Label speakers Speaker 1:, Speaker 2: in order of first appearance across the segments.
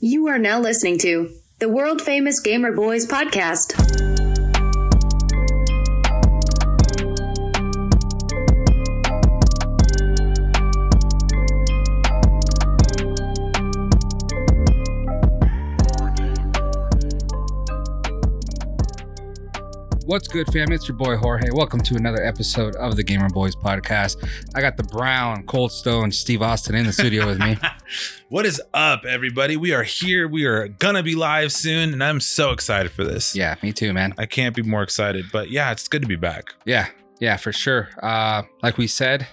Speaker 1: You are now listening to the world famous Gamer Boys podcast.
Speaker 2: What's good, fam? It's your boy Jorge. Welcome to another episode of the Gamer Boys Podcast. I got the brown, cold stone Steve Austin in the studio with me.
Speaker 3: What is up, everybody? We are here. We are gonna be live soon, and I'm so excited for this.
Speaker 2: Yeah, me too, man.
Speaker 3: I can't be more excited. But yeah, it's good to be back.
Speaker 2: Yeah, yeah, for sure. Uh, like we said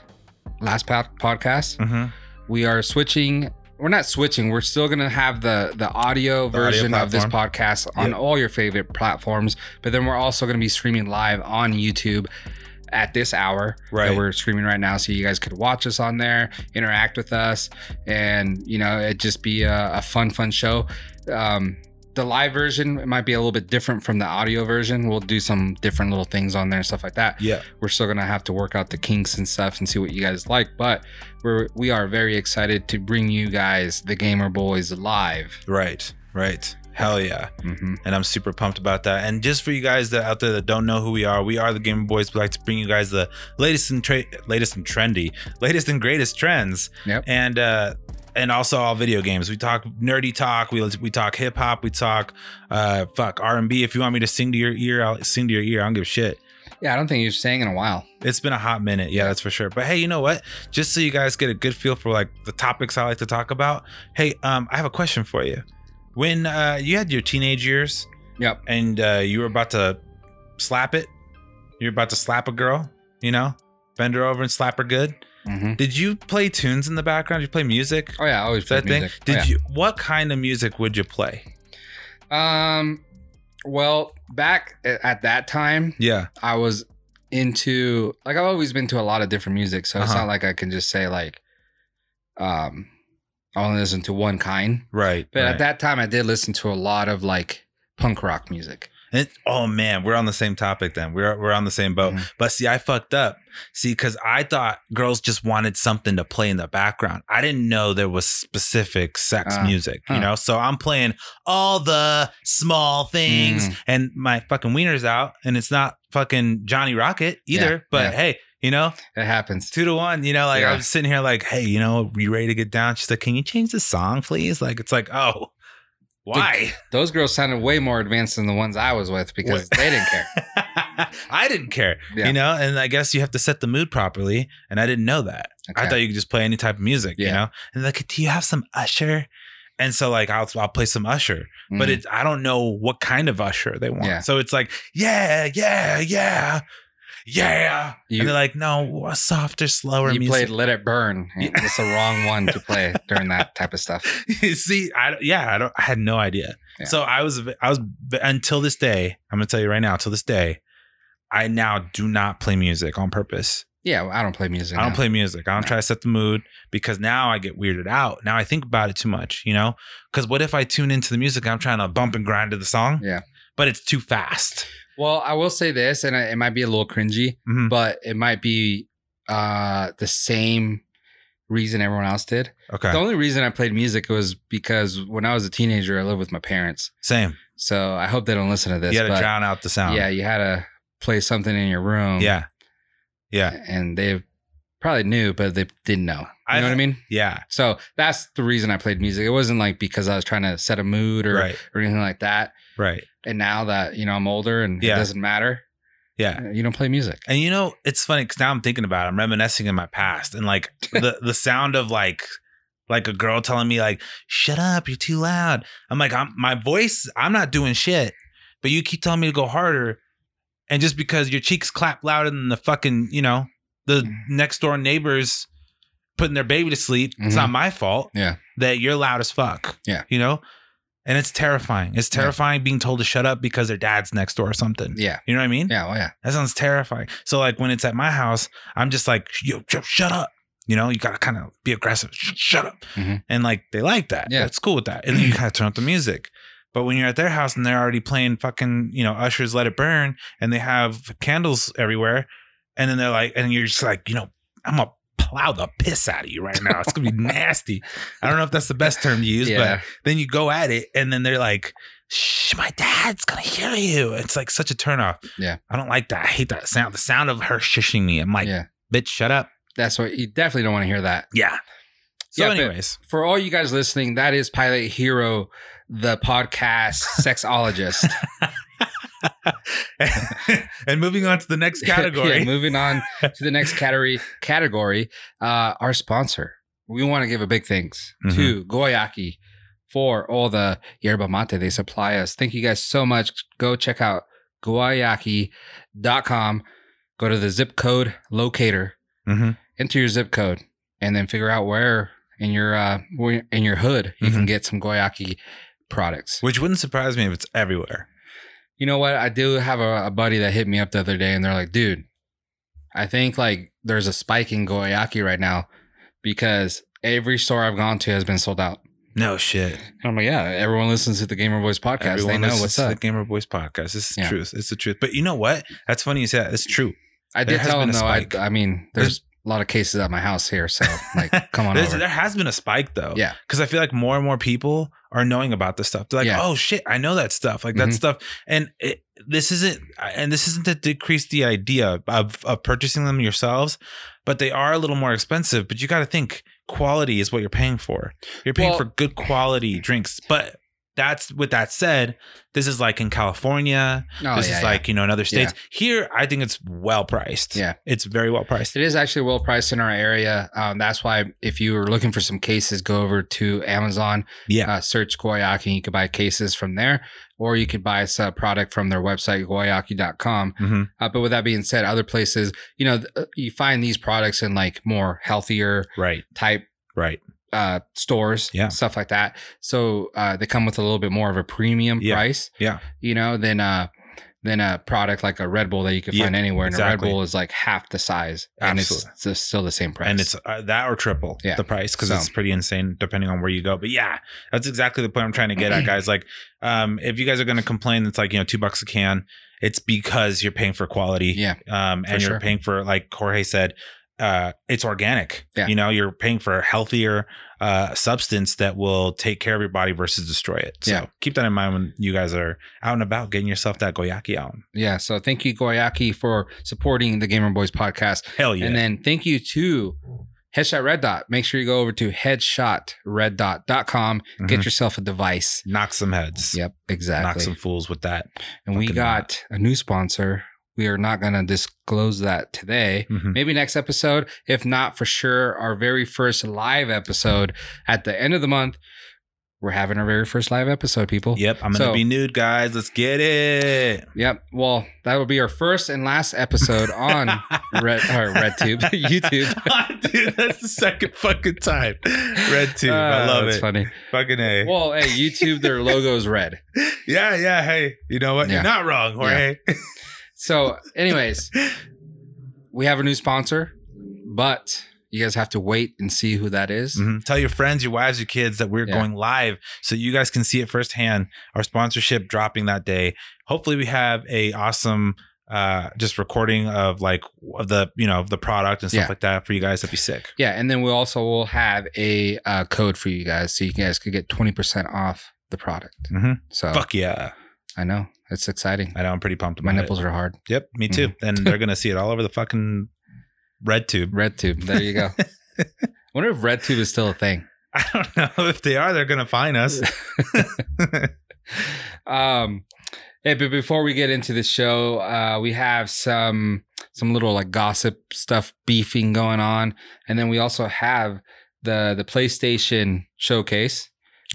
Speaker 2: last po- podcast,
Speaker 3: Mm-hmm.
Speaker 2: we are switching. We're not switching. We're still gonna have the the audio
Speaker 3: The audio
Speaker 2: version of this podcast on
Speaker 3: Yep.
Speaker 2: all your favorite platforms, but then we're also gonna be streaming live on YouTube at this hour that
Speaker 3: Right.
Speaker 2: we're streaming right now, so you guys could watch us on there, interact with us, and you know it just be a, a fun, fun show. Um, the live version it might be a little bit different from the audio version. We'll do some different little things on there and stuff like that
Speaker 3: Yeah.
Speaker 2: we're still gonna have to work out the kinks and stuff and see what you guys like but we're we are very excited to bring you guys the gamer boys live
Speaker 3: Right. Right. Hell yeah.
Speaker 2: hmm
Speaker 3: And I'm super pumped about that. And just for you guys that out there that don't know who we are, we are the Gamer Boys. We like to bring you guys the latest and tra- latest and trendy, latest and greatest trends.
Speaker 2: Yep.
Speaker 3: And uh and also all video games. We talk nerdy talk. We we talk hip hop. We talk uh fuck R and B. If you want me to sing to your ear, I'll sing to your ear. I don't give a shit.
Speaker 2: yeah i don't think you've sang in a while
Speaker 3: It's been a hot minute, yeah, that's for sure. But hey, you know what? Just so you guys get a good feel for like the topics I like to talk about. Hey, um, I have a question for you. When uh, you had your teenage years
Speaker 2: yep
Speaker 3: and uh, you were about to slap it, you're about to slap a girl, you know, bend her over and slap her good.
Speaker 2: hmm
Speaker 3: Did you play tunes in the background? Did you play music?
Speaker 2: oh yeah i always
Speaker 3: that
Speaker 2: played
Speaker 3: thing.
Speaker 2: music. Oh,
Speaker 3: Did
Speaker 2: yeah.
Speaker 3: you? What kind of music would you play?
Speaker 2: um well back a- at that time
Speaker 3: Yeah,
Speaker 2: i was into like i've always been to a lot of different music so it's
Speaker 3: Uh-huh.
Speaker 2: not like i can just say like um i only listen to one kind
Speaker 3: right.
Speaker 2: but
Speaker 3: right.
Speaker 2: at that time i did listen to a lot of like punk rock music
Speaker 3: And oh man, we're on the same topic then. We're we're on the same boat.
Speaker 2: Mhm.
Speaker 3: But see, I fucked up. See, because I thought girls just wanted something to play in the background. I didn't know there was specific sex
Speaker 2: Ah,
Speaker 3: music,
Speaker 2: huh.
Speaker 3: you know. So I'm playing all the small things,
Speaker 2: Mm.
Speaker 3: and my fucking wiener's out, and it's not fucking Johnny Rocket either.
Speaker 2: Yeah,
Speaker 3: but hey, you know,
Speaker 2: it happens
Speaker 3: two to one. You know, like
Speaker 2: Yeah.
Speaker 3: I'm sitting here, like, hey, you know, you ready to get down? She's like, can you change the song, please? Like, it's like, oh, why?
Speaker 2: Those girls sounded way more advanced than the ones I was with because
Speaker 3: Wait.
Speaker 2: they didn't care.
Speaker 3: I didn't care,
Speaker 2: Yeah.
Speaker 3: you know, and I guess you have to set the mood properly. And I didn't know that. I
Speaker 2: Okay.
Speaker 3: thought you could just play any type of music, you
Speaker 2: Yeah.
Speaker 3: know. And like, do you have some Usher? And so like, I'll I'll play some Usher, but
Speaker 2: Mhm.
Speaker 3: it's I don't know what kind of Usher they want.
Speaker 2: Yeah.
Speaker 3: So it's like, yeah, yeah, yeah, yeah.
Speaker 2: You-
Speaker 3: and they're like, no, a softer, slower
Speaker 2: you
Speaker 3: music.
Speaker 2: played "Let It Burn." and It's the wrong one to play during that type of stuff.
Speaker 3: See, I yeah, I don't. I had no idea.
Speaker 2: Yeah.
Speaker 3: So I was, I was until this day. I'm gonna tell you right now. Till this day, I now do not play music on purpose.
Speaker 2: Yeah, well, I don't play music.
Speaker 3: I don't
Speaker 2: now.
Speaker 3: play music. I don't try to set the mood because now I get weirded out. Now I think about it too much, you know? Because what if I tune into the music? I'm trying to bump and grind to the song.
Speaker 2: Yeah.
Speaker 3: But it's too fast.
Speaker 2: Well, I will say this, and it it might be a little cringy,
Speaker 3: Mhm.
Speaker 2: but it might be uh, the same reason everyone else did.
Speaker 3: Okay.
Speaker 2: The only reason I played music was because when I was a teenager, I lived with my parents.
Speaker 3: Same.
Speaker 2: So I hope they don't listen to this.
Speaker 3: you got to
Speaker 2: but
Speaker 3: drown out the sound.
Speaker 2: yeah, you had to play something in your room.
Speaker 3: Yeah. Yeah.
Speaker 2: uh, and they probably knew, but they didn't know. You
Speaker 3: I-
Speaker 2: know what I mean?
Speaker 3: Yeah.
Speaker 2: So that's the reason I played music. It wasn't like because I was trying to set a mood or,
Speaker 3: Right.
Speaker 2: or anything like that.
Speaker 3: Right.
Speaker 2: And now that you know I'm older and
Speaker 3: Yeah.
Speaker 2: it doesn't matter, uh,
Speaker 3: Yeah.
Speaker 2: you don't play music.
Speaker 3: And you know, it's funny because now I'm thinking about it. I'm reminiscing in my past and like the, the sound of like, like a girl telling me like, shut up, you're too loud. I'm like, I'm my voice, I'm not doing shit, but you keep telling me to go harder. And just because your cheeks clap louder than the fucking, you know, the
Speaker 2: Mm.
Speaker 3: next door neighbors putting their baby to sleep, it's
Speaker 2: Mhm.
Speaker 3: not my fault.
Speaker 2: Yeah.
Speaker 3: That you're loud as fuck.
Speaker 2: Yeah.
Speaker 3: You know? And it's terrifying. It's terrifying being told to shut up because their dad's next door or something.
Speaker 2: Yeah,
Speaker 3: You know what I mean?
Speaker 2: yeah, well, yeah.
Speaker 3: That sounds terrifying. So like when it's at my house, I'm just like, yo, yo, shut up. You know, you gotta kind of be aggressive. Sh- shut up.
Speaker 2: Mhm.
Speaker 3: And like they like that.
Speaker 2: Yeah.
Speaker 3: That's cool with that. And then you kind of turn up the music. But when you're at their house and they're already playing fucking, you know, Usher's Let It Burn and they have candles everywhere, and then they're like, and you're just like, you know, I'm a plow the piss out of you right now. It's gonna be nasty. I don't know if that's the best term to use,
Speaker 2: Yeah.
Speaker 3: but then you go at it, and then they're like, "Shh, my dad's gonna hear you." It's like such a turnoff.
Speaker 2: Yeah.
Speaker 3: I don't like that. I hate that sound. The sound of her shushing me. I'm like,
Speaker 2: yeah.
Speaker 3: "Bitch, shut up."
Speaker 2: That's what you definitely don't want to hear that.
Speaker 3: Yeah. So,
Speaker 2: Yeah, but-
Speaker 3: anyways,
Speaker 2: For all you guys listening, that is Pilot Hero, the podcast sexologist.
Speaker 3: and moving on to the next
Speaker 2: Yeah,
Speaker 3: category.
Speaker 2: moving on to the next category category, uh, our sponsor. We want to give a big thanks
Speaker 3: Mhm.
Speaker 2: to Goyaki for all the yerba mate they supply us. Thank you guys so much. Go check out goyaki.com. Go to the zip code locator,
Speaker 3: Mhm.
Speaker 2: enter your zip code, and then figure out where in your uh, where in your hood you
Speaker 3: Mm-hmm.
Speaker 2: can get some Goyaki products.
Speaker 3: Which wouldn't surprise me if it's everywhere.
Speaker 2: You know what? I do have a, a buddy that hit me up the other day and they're like, dude, I think like there's a spike in Goyaki right now because every store I've gone to has been sold out.
Speaker 3: No shit.
Speaker 2: And I'm like, yeah, everyone listens to the Gamer Boys podcast.
Speaker 3: Everyone
Speaker 2: they know
Speaker 3: listens
Speaker 2: what's
Speaker 3: to
Speaker 2: up.
Speaker 3: The Gamer Boys podcast. It's the
Speaker 2: Yeah.
Speaker 3: truth. It's the truth. But you know what? That's funny you say that. It's true.
Speaker 2: I
Speaker 3: there
Speaker 2: did
Speaker 3: has
Speaker 2: tell
Speaker 3: been
Speaker 2: him
Speaker 3: a
Speaker 2: though, I,
Speaker 3: spike.
Speaker 2: I mean, there's a lot of cases at my house here. So like, come on
Speaker 3: There's,
Speaker 2: over.
Speaker 3: there has been a spike though.
Speaker 2: Yeah.
Speaker 3: Because I feel like more and more people are knowing about this stuff. They're like,
Speaker 2: Yeah.
Speaker 3: oh shit, I know that stuff. Like that
Speaker 2: Mhm.
Speaker 3: stuff. And it, this isn't and this isn't to decrease the idea of, of purchasing them yourselves, but they are a little more expensive. But you gotta think quality is what you're paying for. You're paying
Speaker 2: Well-
Speaker 3: for good quality drinks. But that's with that said, this is like in California.
Speaker 2: No,
Speaker 3: this
Speaker 2: Oh, yeah,
Speaker 3: is
Speaker 2: yeah.
Speaker 3: like, you know, in other states. Here, I think it's well priced.
Speaker 2: Yeah.
Speaker 3: It's very well priced.
Speaker 2: It is actually well priced in our area. Um, that's why if you were looking for some cases, go over to Amazon.
Speaker 3: Yeah.
Speaker 2: uh, search Goyaki and you could buy cases from there, or you could buy a product from their website, goyaki.com.
Speaker 3: hmm
Speaker 2: Uh, but with that being said, other places, you know, th- uh, you find these products in like more healthier
Speaker 3: Right.
Speaker 2: type
Speaker 3: Right.
Speaker 2: uh, stores,
Speaker 3: Yeah.
Speaker 2: stuff like that. So uh, they come with a little bit more of a premium
Speaker 3: Yeah.
Speaker 2: price,
Speaker 3: Yeah.
Speaker 2: you know, than uh, than a product like a Red Bull that you can
Speaker 3: Yeah,
Speaker 2: find anywhere. And
Speaker 3: exactly.
Speaker 2: a Red Bull is like half the size, and it's
Speaker 3: Absolutely.
Speaker 2: s- still the same price.
Speaker 3: And it's uh, that or triple
Speaker 2: Yeah.
Speaker 3: the price because
Speaker 2: So-
Speaker 3: it's pretty insane depending on where you go. But yeah, that's exactly the point I'm trying to get at, guys. Like, um, if you guys are going to complain, it's like, you know, two bucks a can, it's because you're paying for quality.
Speaker 2: yeah,
Speaker 3: Um,
Speaker 2: For
Speaker 3: and you're
Speaker 2: sure.
Speaker 3: paying for, like Jorge said, uh, it's organic.
Speaker 2: Yeah.
Speaker 3: You know, you're paying for a healthier uh, substance that will take care of your body versus destroy it. So
Speaker 2: Yeah.
Speaker 3: keep that in mind when you guys are out and about getting yourself that goyaki out.
Speaker 2: yeah. So thank you, Goyaki, for supporting the Gamer Boys podcast.
Speaker 3: Hell yeah.
Speaker 2: And then thank you to Headshot Red Dot. Make sure you go over to headshotreddot.com. Get
Speaker 3: Mhm.
Speaker 2: yourself a device.
Speaker 3: knock some heads.
Speaker 2: Yep,
Speaker 3: Knock
Speaker 2: exactly.
Speaker 3: some fools with that.
Speaker 2: and we
Speaker 3: fucking
Speaker 2: got a new sponsor. We are not going to disclose that today.
Speaker 3: Mhm.
Speaker 2: Maybe next episode. If not, for sure, our very first live episode at the end of the month. We're having our very first live episode, people.
Speaker 3: Yep, I'm gonna
Speaker 2: So-
Speaker 3: be nude, guys. Let's get it.
Speaker 2: Yep. Well, that will be our first and last episode on Red, or RedTube, YouTube.
Speaker 3: Oh, Dude, that's the second fucking time. Red tube. I
Speaker 2: Ah,
Speaker 3: love
Speaker 2: that's
Speaker 3: it.
Speaker 2: funny.
Speaker 3: Fucking A.
Speaker 2: Well, hey, YouTube, their logo is red.
Speaker 3: yeah, yeah. Hey, you know what?
Speaker 2: Yeah.
Speaker 3: You're not wrong, Jorge.
Speaker 2: So, anyways, we have a new sponsor, but you guys have to wait and see who that is.
Speaker 3: Mhm. Tell your friends, your wives, your kids that we're
Speaker 2: Mm-hmm. Yeah.
Speaker 3: going live so you guys can see it firsthand. Our sponsorship dropping that day. Hopefully we have a awesome uh just recording of like of the you know of the product and stuff
Speaker 2: Yeah.
Speaker 3: like that for you guys. That'd be sick.
Speaker 2: Yeah, and then we also will have a uh, code for you guys, so you guys could get twenty percent off the product.
Speaker 3: Mhm.
Speaker 2: So
Speaker 3: Fuck yeah.
Speaker 2: I know it's exciting.
Speaker 3: I know I'm pretty pumped about
Speaker 2: My
Speaker 3: it.
Speaker 2: nipples are hard.
Speaker 3: Yep, me too.
Speaker 2: Mm-hmm.
Speaker 3: And they're gonna see it all over the fucking red tube.
Speaker 2: Red tube. There you go. I wonder if red tube is still a thing.
Speaker 3: I don't know if they are. They're gonna find us.
Speaker 2: um hey, but before we get into the show uh we have some some little like gossip stuff beefing going on and then we also have the the playstation showcase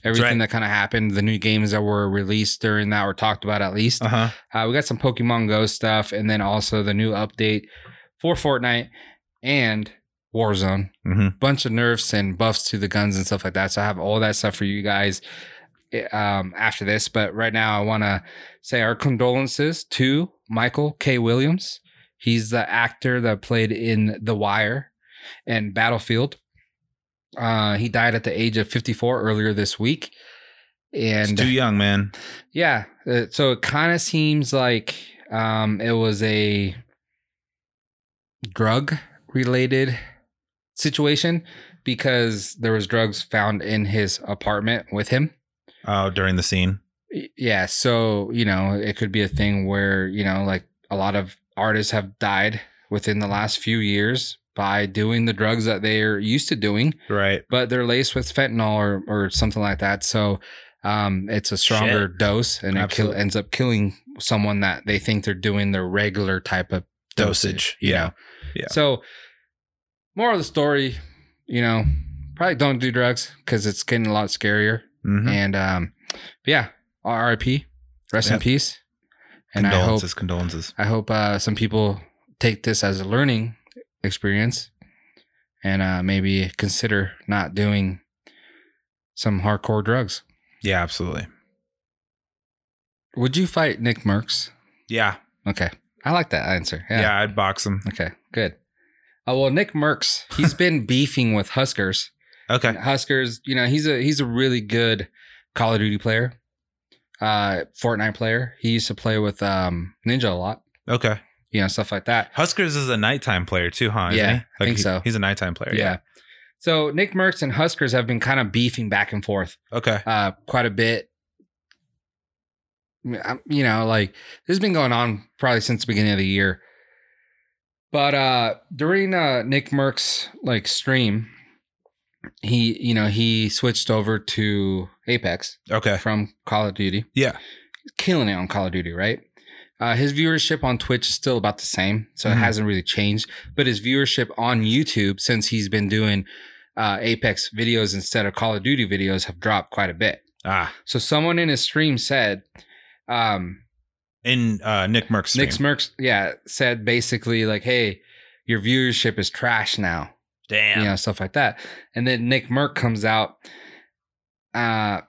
Speaker 2: everything
Speaker 3: right.
Speaker 2: that kind of happened the new games that were released during that or talked about at least
Speaker 3: Uh huh.
Speaker 2: uh, we got some pokemon go stuff and then also the new update for fortnite and warzone
Speaker 3: hmm
Speaker 2: bunch of nerfs and buffs to the guns and stuff like that. So I have all that stuff for you guys um, after this. But right now, I want to say our condolences to Michael K. Williams. He's the actor that played in The Wire and Battlefield. Uh, he died at the age of 54 earlier this week.
Speaker 3: It's
Speaker 2: And uh,
Speaker 3: too young, man.
Speaker 2: yeah. uh, So it kind of seems like um, it was a drug related situation because there was drugs found in his apartment with him.
Speaker 3: Oh, during the scene.
Speaker 2: Y- Yeah, so you know it could be a thing where you know like a lot of artists have died within the last few years by doing the drugs that they're used to doing,
Speaker 3: Right.
Speaker 2: but they're laced with fentanyl or or something like that. So um, it's a stronger
Speaker 3: Shit.
Speaker 2: dose, and it kill,
Speaker 3: Absolutely.
Speaker 2: ends up killing someone that they think they're doing their regular type of
Speaker 3: Dosage,
Speaker 2: you
Speaker 3: yeah.
Speaker 2: know?
Speaker 3: Yeah.
Speaker 2: So, more of the story, you know, probably don't do drugs because it's getting a lot scarier.
Speaker 3: Mhm.
Speaker 2: And um, but yeah, R.I.P. Rest in
Speaker 3: Yeah.
Speaker 2: peace. And I hope
Speaker 3: condolences, condolences.
Speaker 2: I hope uh, some people take this as a learning experience and uh, maybe consider not doing some hardcore drugs.
Speaker 3: Yeah, absolutely.
Speaker 2: Would you fight Nick Merckx?
Speaker 3: Yeah.
Speaker 2: Okay. I like that answer.
Speaker 3: Yeah,
Speaker 2: Yeah.
Speaker 3: I'd box him.
Speaker 2: Okay. Good. Oh, well, Nick Merckx, he's been beefing with Huskers.
Speaker 3: Okay.
Speaker 2: Huskers, you know, he's a he's a really good Call of Duty player, uh, Fortnite player. He used to play with um, Ninja a lot,
Speaker 3: Okay.
Speaker 2: you know, stuff like that.
Speaker 3: Huskers is a nighttime player too, huh?
Speaker 2: Yeah,
Speaker 3: he?
Speaker 2: I think
Speaker 3: he-
Speaker 2: so.
Speaker 3: He's a nighttime player.
Speaker 2: Yeah. So Nick Merckx and Huskers have been kind of beefing back and forth
Speaker 3: Okay.
Speaker 2: uh, quite a bit. I mean, I'm- You know, like this has been going on probably since the beginning of the year. But uh, during uh, Nick Merck's like stream, he you know he switched over to Apex
Speaker 3: Okay.
Speaker 2: from Call of Duty.
Speaker 3: Yeah.
Speaker 2: killing it on Call of Duty, right? Uh, his viewership on Twitch is still about the same, so
Speaker 3: Mhm.
Speaker 2: it hasn't really changed. But his viewership on YouTube, since he's been doing uh, Apex videos instead of Call of Duty videos, have dropped quite a bit.
Speaker 3: Ah.
Speaker 2: So someone in his stream said, um,
Speaker 3: In uh Nick Merck's stream.
Speaker 2: Nick Smirks, yeah, said basically like, "Hey, your viewership is trash now."
Speaker 3: Damn.
Speaker 2: you know, stuff like that. And then Nick Merck comes out, uh,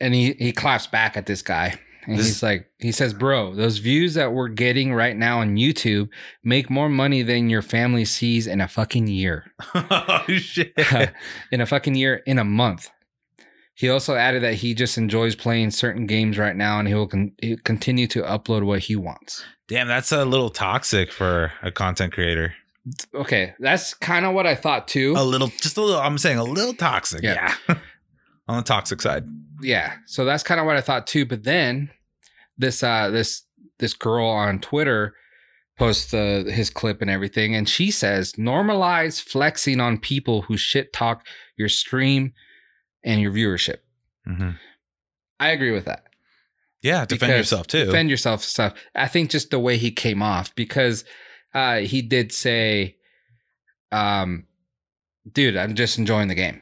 Speaker 2: and he he claps back at this guy, and
Speaker 3: This-
Speaker 2: he's like, he says, "Bro, those views that we're getting right now on YouTube make more money than your family sees in a fucking year,
Speaker 3: oh shit.
Speaker 2: in a fucking year, in a month." He also added that he just enjoys playing certain games right now, and he will con- he'll continue to upload what he wants.
Speaker 3: Damn, that's a little toxic for a content creator.
Speaker 2: Okay, that's kind of what I thought too.
Speaker 3: A little just a little I'm saying a little toxic.
Speaker 2: Yeah.
Speaker 3: On the toxic side.
Speaker 2: yeah so that's kind of what i thought too but then this uh this this girl on twitter posts the his clip and everything and she says normalize flexing on people who shit talk your stream and your viewership
Speaker 3: Mhm.
Speaker 2: i agree with that
Speaker 3: Yeah, defend
Speaker 2: Because-
Speaker 3: yourself too.
Speaker 2: defend yourself stuff i think just the way he came off because uh he did say um dude i'm just enjoying the game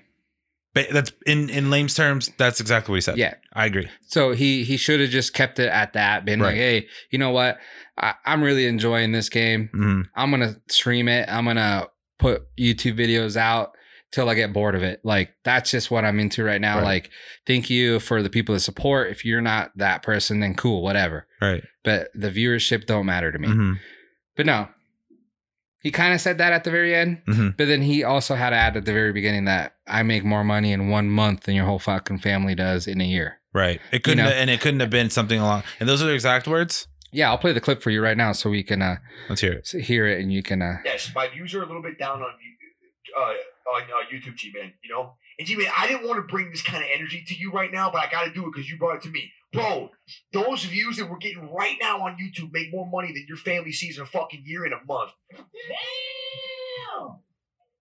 Speaker 3: Ba- that's in in lame's terms, that's exactly what he said.
Speaker 2: yeah
Speaker 3: I agree.
Speaker 2: So he he should have just kept it at that, been like,
Speaker 3: Right.
Speaker 2: hey, you know what? I, I'm really enjoying this game.
Speaker 3: Mhm.
Speaker 2: I'm gonna stream it. I'm gonna put YouTube videos out till I get bored of it. Like that's just what I'm into right now.
Speaker 3: Right.
Speaker 2: Like, thank you for the people that support. If you're not that person, then cool, whatever.
Speaker 3: Right.
Speaker 2: But the viewership don't matter to me.
Speaker 3: Mhm.
Speaker 2: But no. He kind of said that at the very end,
Speaker 3: Mhm.
Speaker 2: but then he also had to add at the very beginning that I make more money in one month than your whole fucking family does in a year.
Speaker 3: Right. It couldn't
Speaker 2: know?
Speaker 3: have- and it couldn't have been something along and those are the exact words.
Speaker 2: Yeah, I'll play the clip for you right now so we can uh
Speaker 3: Let's hear it.
Speaker 2: s- hear it and you can uh
Speaker 4: Yes, my views are a little bit down on you- uh, on uh, YouTube, G Man. You know, and G Man, I didn't want to bring this kind of energy to you right now, but I got to do it because you brought it to me, bro. Those views that we're getting right now on YouTube make more money than your family sees in a fucking year in a month.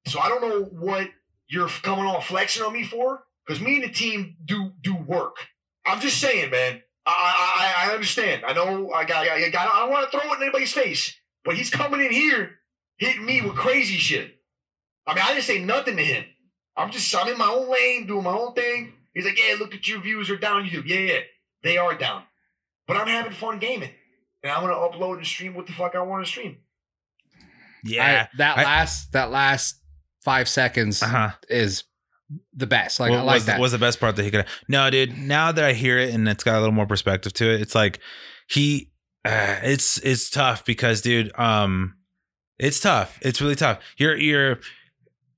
Speaker 4: So I don't know what you're coming on flexing on me for, because me and the team do do work. I'm just saying, man. I I, I- I understand. I know I got I, got, I don't want to throw it in anybody's face, but he's coming in here hitting me with crazy shit. I mean, I didn't say nothing to him. I'm just I'm in my own lane, doing my own thing. He's like, yeah, look at your views are down YouTube. Yeah, yeah, they are down, but I'm having fun gaming, and I'm gonna upload and stream what the fuck I want to stream.
Speaker 3: Yeah.
Speaker 2: I- that
Speaker 3: I-
Speaker 2: last that last five seconds
Speaker 3: uh-huh.
Speaker 2: is the best. Like
Speaker 3: What
Speaker 2: I like
Speaker 3: was,
Speaker 2: that.
Speaker 3: was the best part that he could No, dude, now that I hear it and it's got a little more perspective to it, it's like he uh, it's it's tough because dude, um it's tough. It's really tough. You're you're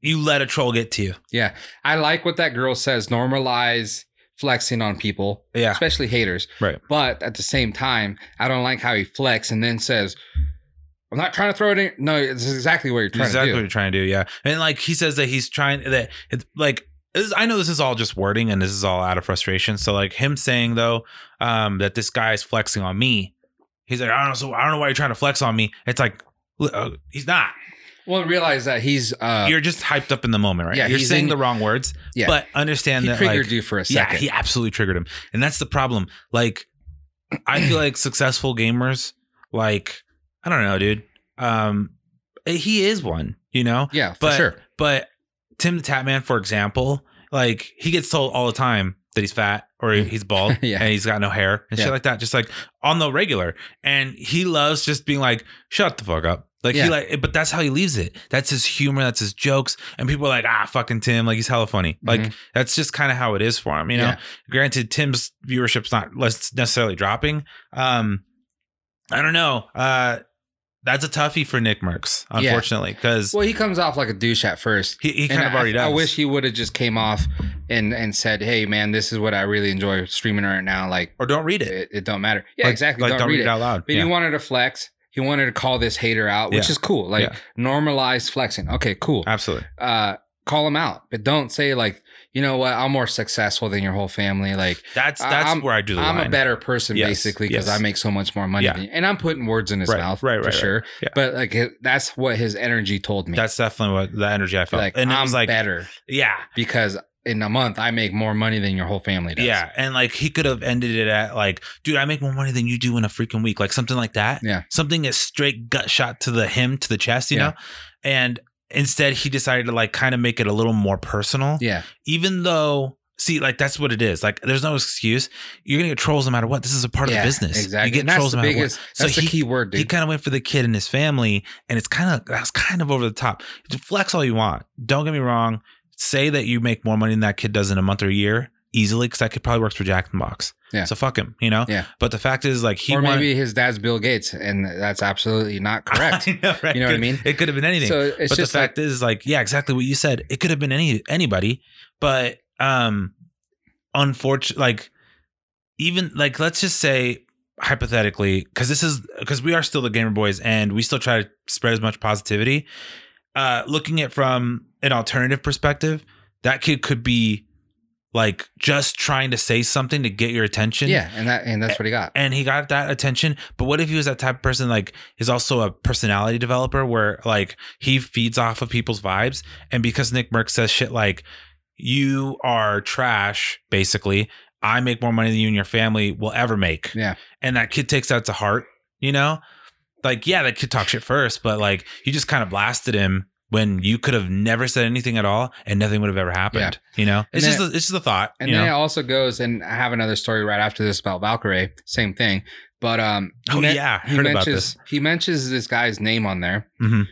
Speaker 3: you let a troll get to you.
Speaker 2: yeah. I like what that girl says. Normalize flexing on people,
Speaker 3: Yeah.
Speaker 2: especially haters.
Speaker 3: Right.
Speaker 2: But at the same time, I don't like how he flex and then says I'm not trying to throw it in. No, it's exactly what you're trying
Speaker 3: exactly what
Speaker 2: to
Speaker 3: you're
Speaker 2: do.
Speaker 3: trying to do. Yeah, and like he says that he's trying that it's like this is- I know this is all just wording and this is all out of frustration. So like him saying though um, that this guy is flexing on me, he's like I don't know. So I don't know why you're trying to flex on me. It's like l- uh, he's not.
Speaker 2: Well, realize that he's uh,
Speaker 3: you're just hyped up in the moment, right?
Speaker 2: yeah,
Speaker 3: you're
Speaker 2: he's
Speaker 3: saying
Speaker 2: in-
Speaker 3: the wrong words.
Speaker 2: Yeah.
Speaker 3: but
Speaker 2: he
Speaker 3: understand that
Speaker 2: triggered
Speaker 3: like,
Speaker 2: you for a second.
Speaker 3: yeah, he absolutely triggered him. And that's the problem. Like, I feel like successful gamers, like, I don't know, dude. Um, he is one, you know?
Speaker 2: yeah, for
Speaker 3: But,
Speaker 2: sure.
Speaker 3: but Tim the Tatman, for example, like, he gets told all the time that he's fat or he's bald
Speaker 2: Mm. Yeah.
Speaker 3: and he's got no hair and
Speaker 2: Yeah.
Speaker 3: shit like that, just like on the regular. And he loves just being like, shut the fuck up. Like
Speaker 2: Yeah.
Speaker 3: he like, but that's how he leaves it. That's his humor. That's his jokes. And people are like, ah, fucking Tim. Like he's hella funny. Like
Speaker 2: Mhm.
Speaker 3: that's just kind of how it is for him. You know,
Speaker 2: Yeah.
Speaker 3: granted tim's viewership's not less necessarily dropping um i don't know uh that's a toughie for nick merckx
Speaker 2: Yeah.
Speaker 3: unfortunately because
Speaker 2: Well, he comes off like a douche at first.
Speaker 3: he, he
Speaker 2: And
Speaker 3: kind of
Speaker 2: I-
Speaker 3: already
Speaker 2: I,
Speaker 3: does
Speaker 2: wish he would have just came off and and said, "Hey, man, this is what I really enjoy streaming right now. Like,
Speaker 3: or don't read it,
Speaker 2: it, it don't matter. Yeah,
Speaker 3: Like-
Speaker 2: exactly.
Speaker 3: like
Speaker 2: don't, read, it.
Speaker 3: out loud
Speaker 2: But
Speaker 3: Yeah.
Speaker 2: he wanted to flex. He wanted to call this hater out, which
Speaker 3: Yeah.
Speaker 2: is cool. Like
Speaker 3: Yeah.
Speaker 2: normalize flexing. Okay, cool.
Speaker 3: absolutely
Speaker 2: Uh, call him out, but don't say like, you know what? I'm more successful than your whole family. Like,
Speaker 3: that's
Speaker 2: I-
Speaker 3: that's
Speaker 2: I'm-
Speaker 3: where i do the
Speaker 2: I'm
Speaker 3: line.
Speaker 2: a better person
Speaker 3: Yes,
Speaker 2: basically because
Speaker 3: yes.
Speaker 2: I make so much more money.
Speaker 3: Yeah.
Speaker 2: Than you. And I'm putting words in his
Speaker 3: Right,
Speaker 2: mouth,
Speaker 3: right,
Speaker 2: for
Speaker 3: right, right.
Speaker 2: sure.
Speaker 3: Yeah.
Speaker 2: But like, hi- that's what his energy told me.
Speaker 3: that's definitely what the energy i felt
Speaker 2: like,
Speaker 3: and
Speaker 2: I'm
Speaker 3: it was like
Speaker 2: better
Speaker 3: yeah
Speaker 2: because in a month I make more money than your whole family does.
Speaker 3: Yeah, and like he could have ended it at like, dude, I make more money than you do in a freaking week, like something like that.
Speaker 2: Yeah.
Speaker 3: something is straight gut shot to the him to the chest, you
Speaker 2: Yeah.
Speaker 3: know. And instead, he decided to like kind of make it a little more personal,
Speaker 2: Yeah.
Speaker 3: even though. See, like that's what it is. Like, there's no excuse. You're gonna get trolls no matter what. This is a part
Speaker 2: yeah,
Speaker 3: of the business.
Speaker 2: Exactly.
Speaker 3: You get
Speaker 2: And that's
Speaker 3: trolls
Speaker 2: the
Speaker 3: no matter what.
Speaker 2: biggest,
Speaker 3: So
Speaker 2: that's the
Speaker 3: he-
Speaker 2: key word, dude.
Speaker 3: He kind of went for the kid and his family, and it's kind of that's kind of over the top. Flex all you want. Don't get me wrong. Say that you make more money than that kid does in a month or a year easily, because that kid probably works for Jack in the Box.
Speaker 2: Yeah.
Speaker 3: So fuck him, you know.
Speaker 2: Yeah.
Speaker 3: But the fact is, like he
Speaker 2: or
Speaker 3: wanted-
Speaker 2: maybe his dad's Bill Gates, and that's absolutely not correct.
Speaker 3: I know, right?
Speaker 2: You know what I
Speaker 3: Could-
Speaker 2: mean?
Speaker 3: It could have been anything.
Speaker 2: so it's
Speaker 3: but the
Speaker 2: just
Speaker 3: fact is, like, yeah, exactly what you said. It could have been any anybody, but um, unfortunately, like, even like, let's just say hypothetically, because this is because we are still the gamer boys, and we still try to spread as much positivity. Uh, looking at from an alternative perspective, that kid could be like just trying to say something to get your attention.
Speaker 2: like, yeah, and that and that's what he got.
Speaker 3: And he got that attention. But what if he was that type of person like is also a personality developer where like he feeds off of people's vibes? And because Nick Merck says shit like, you are trash, basically, I make more money than you and your family will ever make.
Speaker 2: Yeah.
Speaker 3: And that kid takes that to heart, you know? Like, yeah, that kid talked shit first, but like you just kind of blasted him when you could have never said anything at all and nothing would have ever happened. You know? It's
Speaker 2: then-
Speaker 3: just a, it's just a thought.
Speaker 2: And
Speaker 3: you
Speaker 2: then
Speaker 3: know?
Speaker 2: it also goes, and I have another story right after this about Valkyrie. Same thing, but um, he
Speaker 3: oh
Speaker 2: men-
Speaker 3: yeah,
Speaker 2: he
Speaker 3: heard about
Speaker 2: mentions
Speaker 3: this.
Speaker 2: he mentions this guy's name on there,
Speaker 3: Mhm.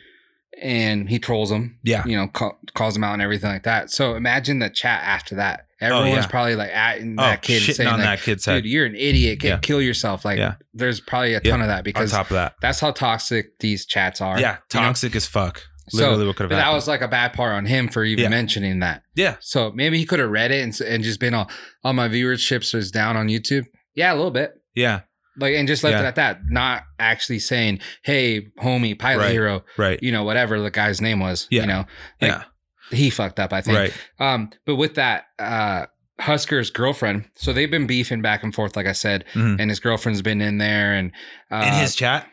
Speaker 2: and he trolls him.
Speaker 3: Yeah.
Speaker 2: you know, call, calls him out and everything like that. So imagine the chat after that. Everyone's
Speaker 3: Oh, yeah.
Speaker 2: probably like at that kid
Speaker 3: Oh, shitting
Speaker 2: saying
Speaker 3: on
Speaker 2: like,
Speaker 3: that kid's
Speaker 2: "Dude,
Speaker 3: head.
Speaker 2: you're an idiot. Kid,
Speaker 3: Yeah.
Speaker 2: Kill yourself." Like,
Speaker 3: Yeah.
Speaker 2: there's probably a
Speaker 3: Yeah.
Speaker 2: ton of that
Speaker 3: on
Speaker 2: because
Speaker 3: top of that,
Speaker 2: that's how toxic these chats are.
Speaker 3: yeah,
Speaker 2: you know?
Speaker 3: toxic as fuck.
Speaker 2: So,
Speaker 3: Literally, what could have
Speaker 2: But that
Speaker 3: happened?
Speaker 2: was like a bad part on him for even
Speaker 3: Yeah.
Speaker 2: mentioning that.
Speaker 3: Yeah.
Speaker 2: So maybe he could have read it and, s- and just been all, oh, my viewerships is down on YouTube. Yeah, a little bit.
Speaker 3: yeah,
Speaker 2: Like, and just left it
Speaker 3: Yeah.
Speaker 2: at that, not actually saying, hey, homie, pilot
Speaker 3: Right.
Speaker 2: hero,
Speaker 3: right.
Speaker 2: you know, whatever the guy's name was,
Speaker 3: Yeah.
Speaker 2: you know, like-
Speaker 3: Yeah,
Speaker 2: he fucked up, I think.
Speaker 3: right.
Speaker 2: Um, but with that, uh, Husker's girlfriend, so they've been beefing back and forth, like I said,
Speaker 3: Mhm.
Speaker 2: and his girlfriend's been in there and uh,
Speaker 3: In his chat.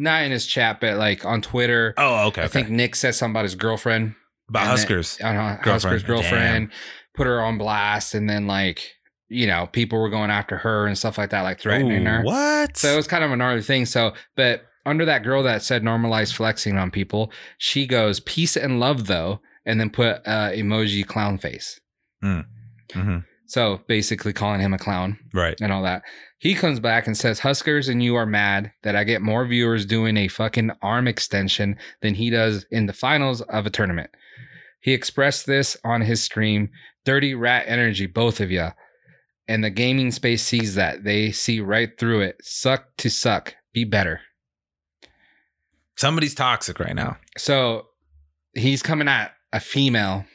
Speaker 2: not in his chat, but like on Twitter.
Speaker 3: Oh, okay.
Speaker 2: I think Nick said something about his girlfriend.
Speaker 3: about
Speaker 2: and then-
Speaker 3: Huskers.
Speaker 2: on her-
Speaker 3: Girlfriend.
Speaker 2: Husker's girlfriend, put her on blast, and then like you know people were going after her and stuff like that, like threatening
Speaker 3: Ooh,
Speaker 2: her.
Speaker 3: What?
Speaker 2: So it was kind of an gnarly thing. So, but under that girl that said normalize flexing on people, she goes peace and love though, and then put uh, emoji clown face.
Speaker 3: Mhm.
Speaker 2: So basically calling him a clown
Speaker 3: Right.
Speaker 2: and all that. He comes back and says, Huskers and you are mad that I get more viewers doing a fucking arm extension than he does in the finals of a tournament. He expressed this on his stream Dirty Rat Energy, both of ya. And the gaming space sees that. They see right through it. Suck to suck. Be better.
Speaker 3: Somebody's toxic right now.
Speaker 2: So he's coming at a female,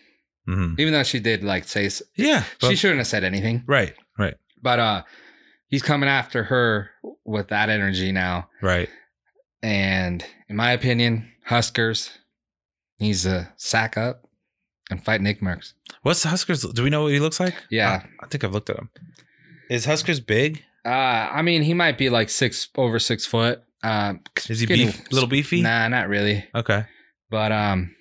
Speaker 3: Mhm.
Speaker 2: even though she did like say, s-
Speaker 3: Yeah.
Speaker 2: she
Speaker 3: but-
Speaker 2: shouldn't have said anything,
Speaker 3: right. Right.
Speaker 2: but uh, he's coming after her with that energy now.
Speaker 3: Right.
Speaker 2: And in my opinion, Huskers needs to sack up and fight Nick Merckx.
Speaker 3: What's Huskers? Do we know what he looks like?
Speaker 2: Yeah.
Speaker 3: I, I think I've looked at him. Is Huskers big?
Speaker 2: Uh, I mean, he might be like six over six foot. Um,
Speaker 3: Is he
Speaker 2: Skinny.
Speaker 3: beef, little beefy?
Speaker 2: nah, not really.
Speaker 3: Okay.
Speaker 2: But um,